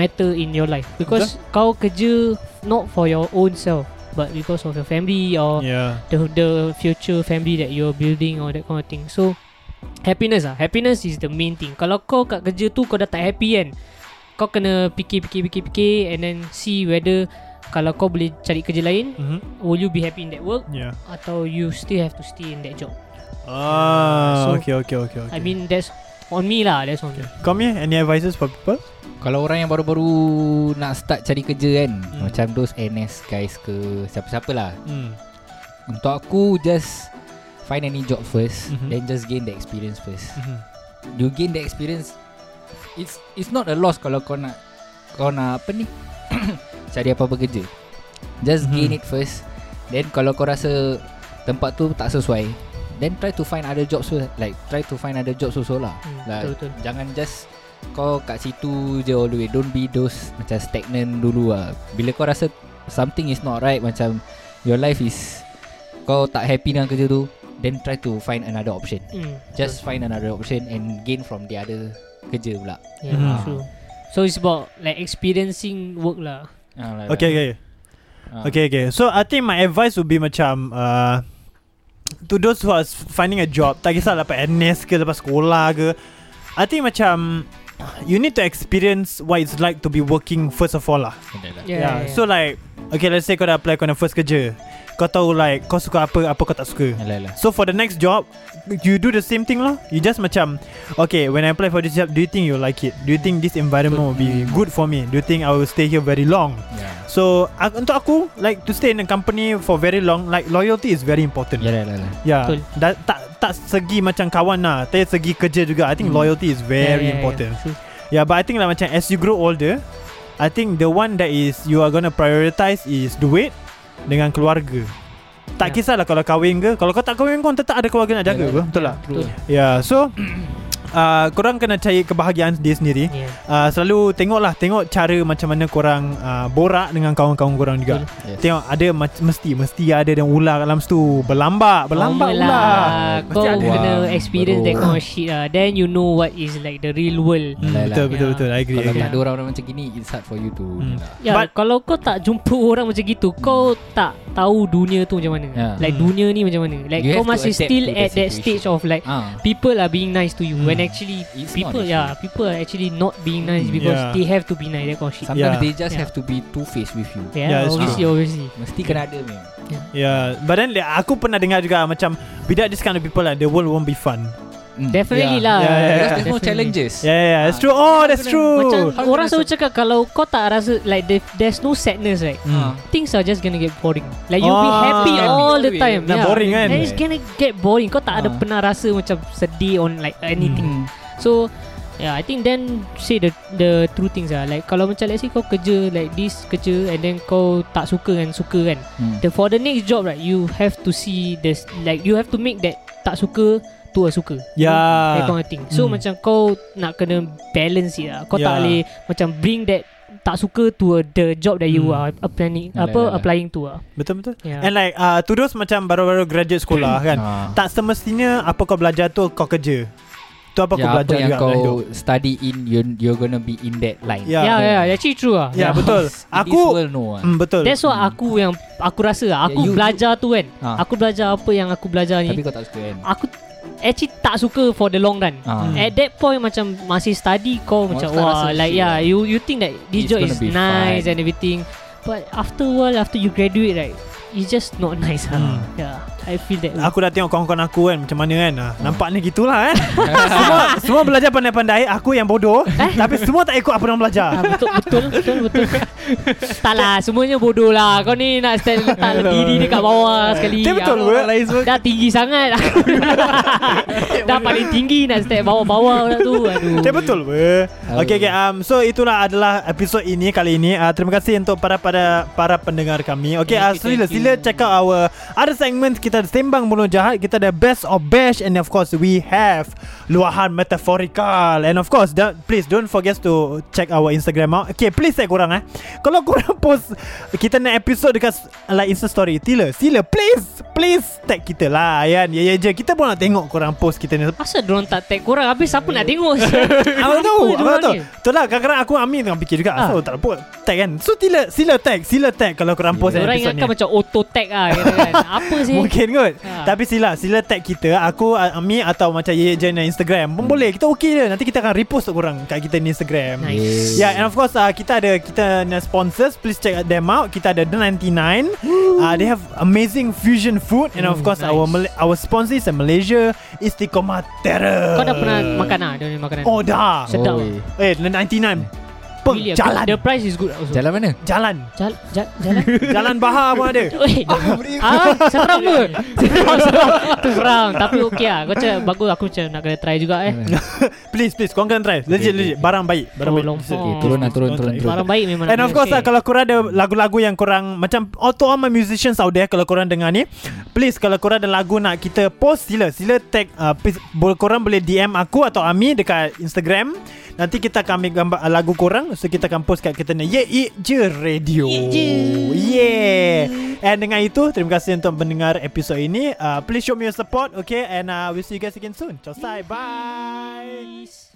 matter in your life because kau kerja not for your own self but because of your family or yeah. the the future family that you're building or that kind of thing. So happiness ah, happiness is the main thing. Kalau kau kat kerja tu kau dah tak happy kan, kau kena fikir fikir fikir fikir and then see whether kalau kau boleh cari kerja lain, Mhm. will you be happy in that work Yeah. atau you still have to stay in that job. Ah, So, okay, okay, okay, okay. Okay. I mean that's on me lah, that's on me. Kau ni any advices for people? Kalau orang yang baru-baru nak start cari kerja kan hmm. Macam those NS guys ke Siapa-siapa lah Hmm. Untuk aku just Find any job first Mhm. mm-hmm. Then just gain the experience first Mhm. You gain the experience It's it's not a loss kalau kau nak Kau nak apa ni Cari apa-apa kerja Mhm. Just Hmm. mm-hmm. gain it first Then kalau kau rasa Tempat tu tak sesuai Then try to find other jobs first. Like try to find other jobs also lah Hmm, Like, betul betul. Jangan just kau kat situ je all the way Don't be those macam stagnant dulu lah Bila kau rasa something is not right Macam your life is Kau tak happy dengan kerja tu Then try to find another option Mm, Just find another option and gain from the other kerja pula yeah, Mhm. true. So it's about like experiencing work lah. Ah, lah, lah. Okay, okay. Ah. Okay, okay. So I think my advice would be macam uh, to those who are s- finding a job, tak kisah lepas NS ke lepas sekolah ke. I think macam you need to experience what it's like to be working first of all lah. Betul lah. Yeah. yeah, yeah. So like okay, let's say kau dah apply kau nak first kerja. Kau tahu like kau suka apa, apa kau tak suka. Alah, alah. So for the next job You do the same thing lah You just macam Okay when I apply for this job Do you think you'll like it? Do you think this environment will be good for me? Do you think I will stay here very long? Yeah. So uh, untuk aku Like to stay in a company For very long Like loyalty is very important Yalah, yalah, yalah. yeah. Betul. Da, tak, tak segi macam kawan lah Tapi segi kerja juga I think loyalty is very important Hmm. Yeah, yeah. True. Yeah, but I think like macam as you grow older, I think the one that is you are gonna prioritize is duit dengan keluarga. Tak Yeah. kisahlah kalau kahwin ke, kalau kau tak kahwin kau tetap ada keluarga nak jaga Yeah, lah. ke, betul lah. Ya. tak? Betul. Yeah, so uh, korang kena cari kebahagiaan dia sendiri. Yeah. Uh, selalu tengoklah tengok cara macam mana korang uh, borak dengan kawan-kawan korang juga. Yes. Tengok ada ma- mesti mesti ada dan ular kat dalam situ berlambak, berlambak Normal ular. lah. Kau Mesti ada. kena Wah, experience that bro. kind of shit lah. Then you know what is like the real world. Hmm, Yalah, betul yalah. betul betul. I agree. I Kalau agree. tak ada orang-orang macam gini It's hard for you to Hmm. Yalah. Ya, But- But, kalau kau tak jumpa orang macam gitu, kau tak tahu dunia tu macam mana. Yeah. Like Hmm. dunia ni macam mana. Like Ya. You kau have to masih adapt still to the at that situation. stage of like Ah. people are being nice to you when actually It's not people actually. Hmm. yeah, people are actually not being nice because Yeah. they have to be nice that kind of shit. Sometimes Yeah. they just Yeah. have to be two-faced with you Yeah, Yeah, it's obviously, true. obviously. Mesti kena ada memang Yeah, Ya, but then like, aku pernah dengar juga macam without this kind of people like the world won't be fun. Mm. Definitely yeah. lah. Yeah, yeah, yeah. Because there's no Definitely. challenges Yeah, yeah, yeah that's true. Oh, that's true. Macam How you orang rasa? selalu cakap kalau kau tak rasa like there, there's no sadness right. Hmm. things are just gonna get boring. Like you'll be Ah. Ah. happy all the time. Nah, boring kan? And it's gonna get boring. Kau tak ada Ah. pernah rasa macam sedih on like Hmm. anything. So Yeah, I think then say the the true things lah. Like kalau macam let's say kau kerja like this kerja and then kau tak suka kan suka kan. Hmm. The for the next job right, you have to see this like you have to make that tak suka to a suka. Yeah. That kind of thing. Ya. Hmm. So Ya. macam kau nak kena balance it lah. Kau tak Yeah. boleh macam bring that tak suka to uh, the job that you are applying Yalah, apa yalah. applying to ah. Betul-betul Yeah. Hmm. And like uh, Terus macam baru-baru graduate sekolah kan Ah. Tak semestinya Apa kau belajar tu Kau kerja Tu apa kau Ya, apa belajar yang juga dalam hidup. kau study in you're, you're gonna be in that line. Ya. Yeah, yeah, yeah, actually true ah. Ya betul In Aku this world no. ah. mm, Betul That's what aku yang aku rasa ah. aku Yeah, you- belajar tu kan. Ah. Aku belajar apa yang aku belajar ni. Tapi kau tak suka kan. aku actually tak suka for the long run. Ah. At that point macam masih study kau Kau macam tak wah rasa like shit yeah lah. you you think that It's this job gonna is be nice fun. and everything but after a while after you graduate right it's just not nice Hmm. huh? Yeah, I feel that. way. Aku dah tengok kawan-kawan aku kan Macam mana kan ah, Nampaknya gitulah kan Semua semua belajar pandai-pandai Aku yang bodoh Tapi semua tak ikut apa yang belajar Ah, betul betul betul betul. tak lah semuanya bodoh lah. Kau ni nak stand letak diri dekat bawah sekali. Dia betul Aku ke? Lain semua. Dah tinggi sangat. dah paling tinggi nak stand bawah-bawah lah tu. Aduh. Okay betul be. Okay okay um so itulah adalah episod ini kali ini. Uh, terima kasih untuk para para para pendengar kami. Okay uh, sila sila check out our other segment kita ada sembang bunuh jahat, kita ada best of bash and of course we have luahan metaforikal and of course don't, please don't forget to check our Instagram out. Okay please eh korang eh. Kalau korang post kita nak episod dekat s- like Insta story sila sila please please tag kita lah kan. Ya ya je kita pun nak tengok korang post kita ni Asal diorang tak tag korang Habis siapa nak tengok Aku Apa tahu Aku diorang tahu ni? Tu lah kadang-kadang aku Amin tengah fikir Ah. juga Asal tak dapat tag kan So sila Sila tag Sila tag Kalau korang post Diorang episode ni ingatkan macam auto tag lah kata kan. Apa sih Mungkin kot Ha. Tapi sila Sila tag kita Aku Amin atau macam Ye je na Instagram Hmm. Pun boleh Kita okey je Nanti kita akan repost untuk korang Kat kita ni Instagram Nice. Yeah and of course uh, Kita ada Kita ada sponsors Please check them out Kita ada The 99 uh, They have amazing fusion food And of Ooh, course Our Mal- Hmm, nice. our sponsor is in Malaysia Istiqomah Terror Kau dah pernah makan lah Diorang ni makanan Oh dah Sedap Oi. Eh The 99 Peng Really, Jalan The price is good also Jalan mana? Jalan Jalan Jalan Jalan Jalan Bahar pun ada Oi. Ah, seram ke? Seram, seram. Tu seram. Tapi okey lah. Kau cakap bagus aku macam nak kena try juga eh. Please please Korang kena try Legit legit Barang baik Barang baik Tolong. Legit. Okay, turun lah, turun, turun, turun. Barang baik memang. And nak of course kena lah, share. Kalau korang ada lagu-lagu yang korang Macam all to all my musicians out there Kalau korang dengar ni Please kalau korang ada lagu nak kita post Sila Sila tag uh, please, bo- Korang boleh DM aku atau Ami Dekat Instagram Nanti kita akan ambil gambar uh, lagu korang So kita akan post kat kita ni Ye Ye Je Radio Yeah And dengan itu Terima kasih untuk mendengar episod Ah, ini uh, Please show me your support Okay And uh, we'll see you guys again soon Ciao say bye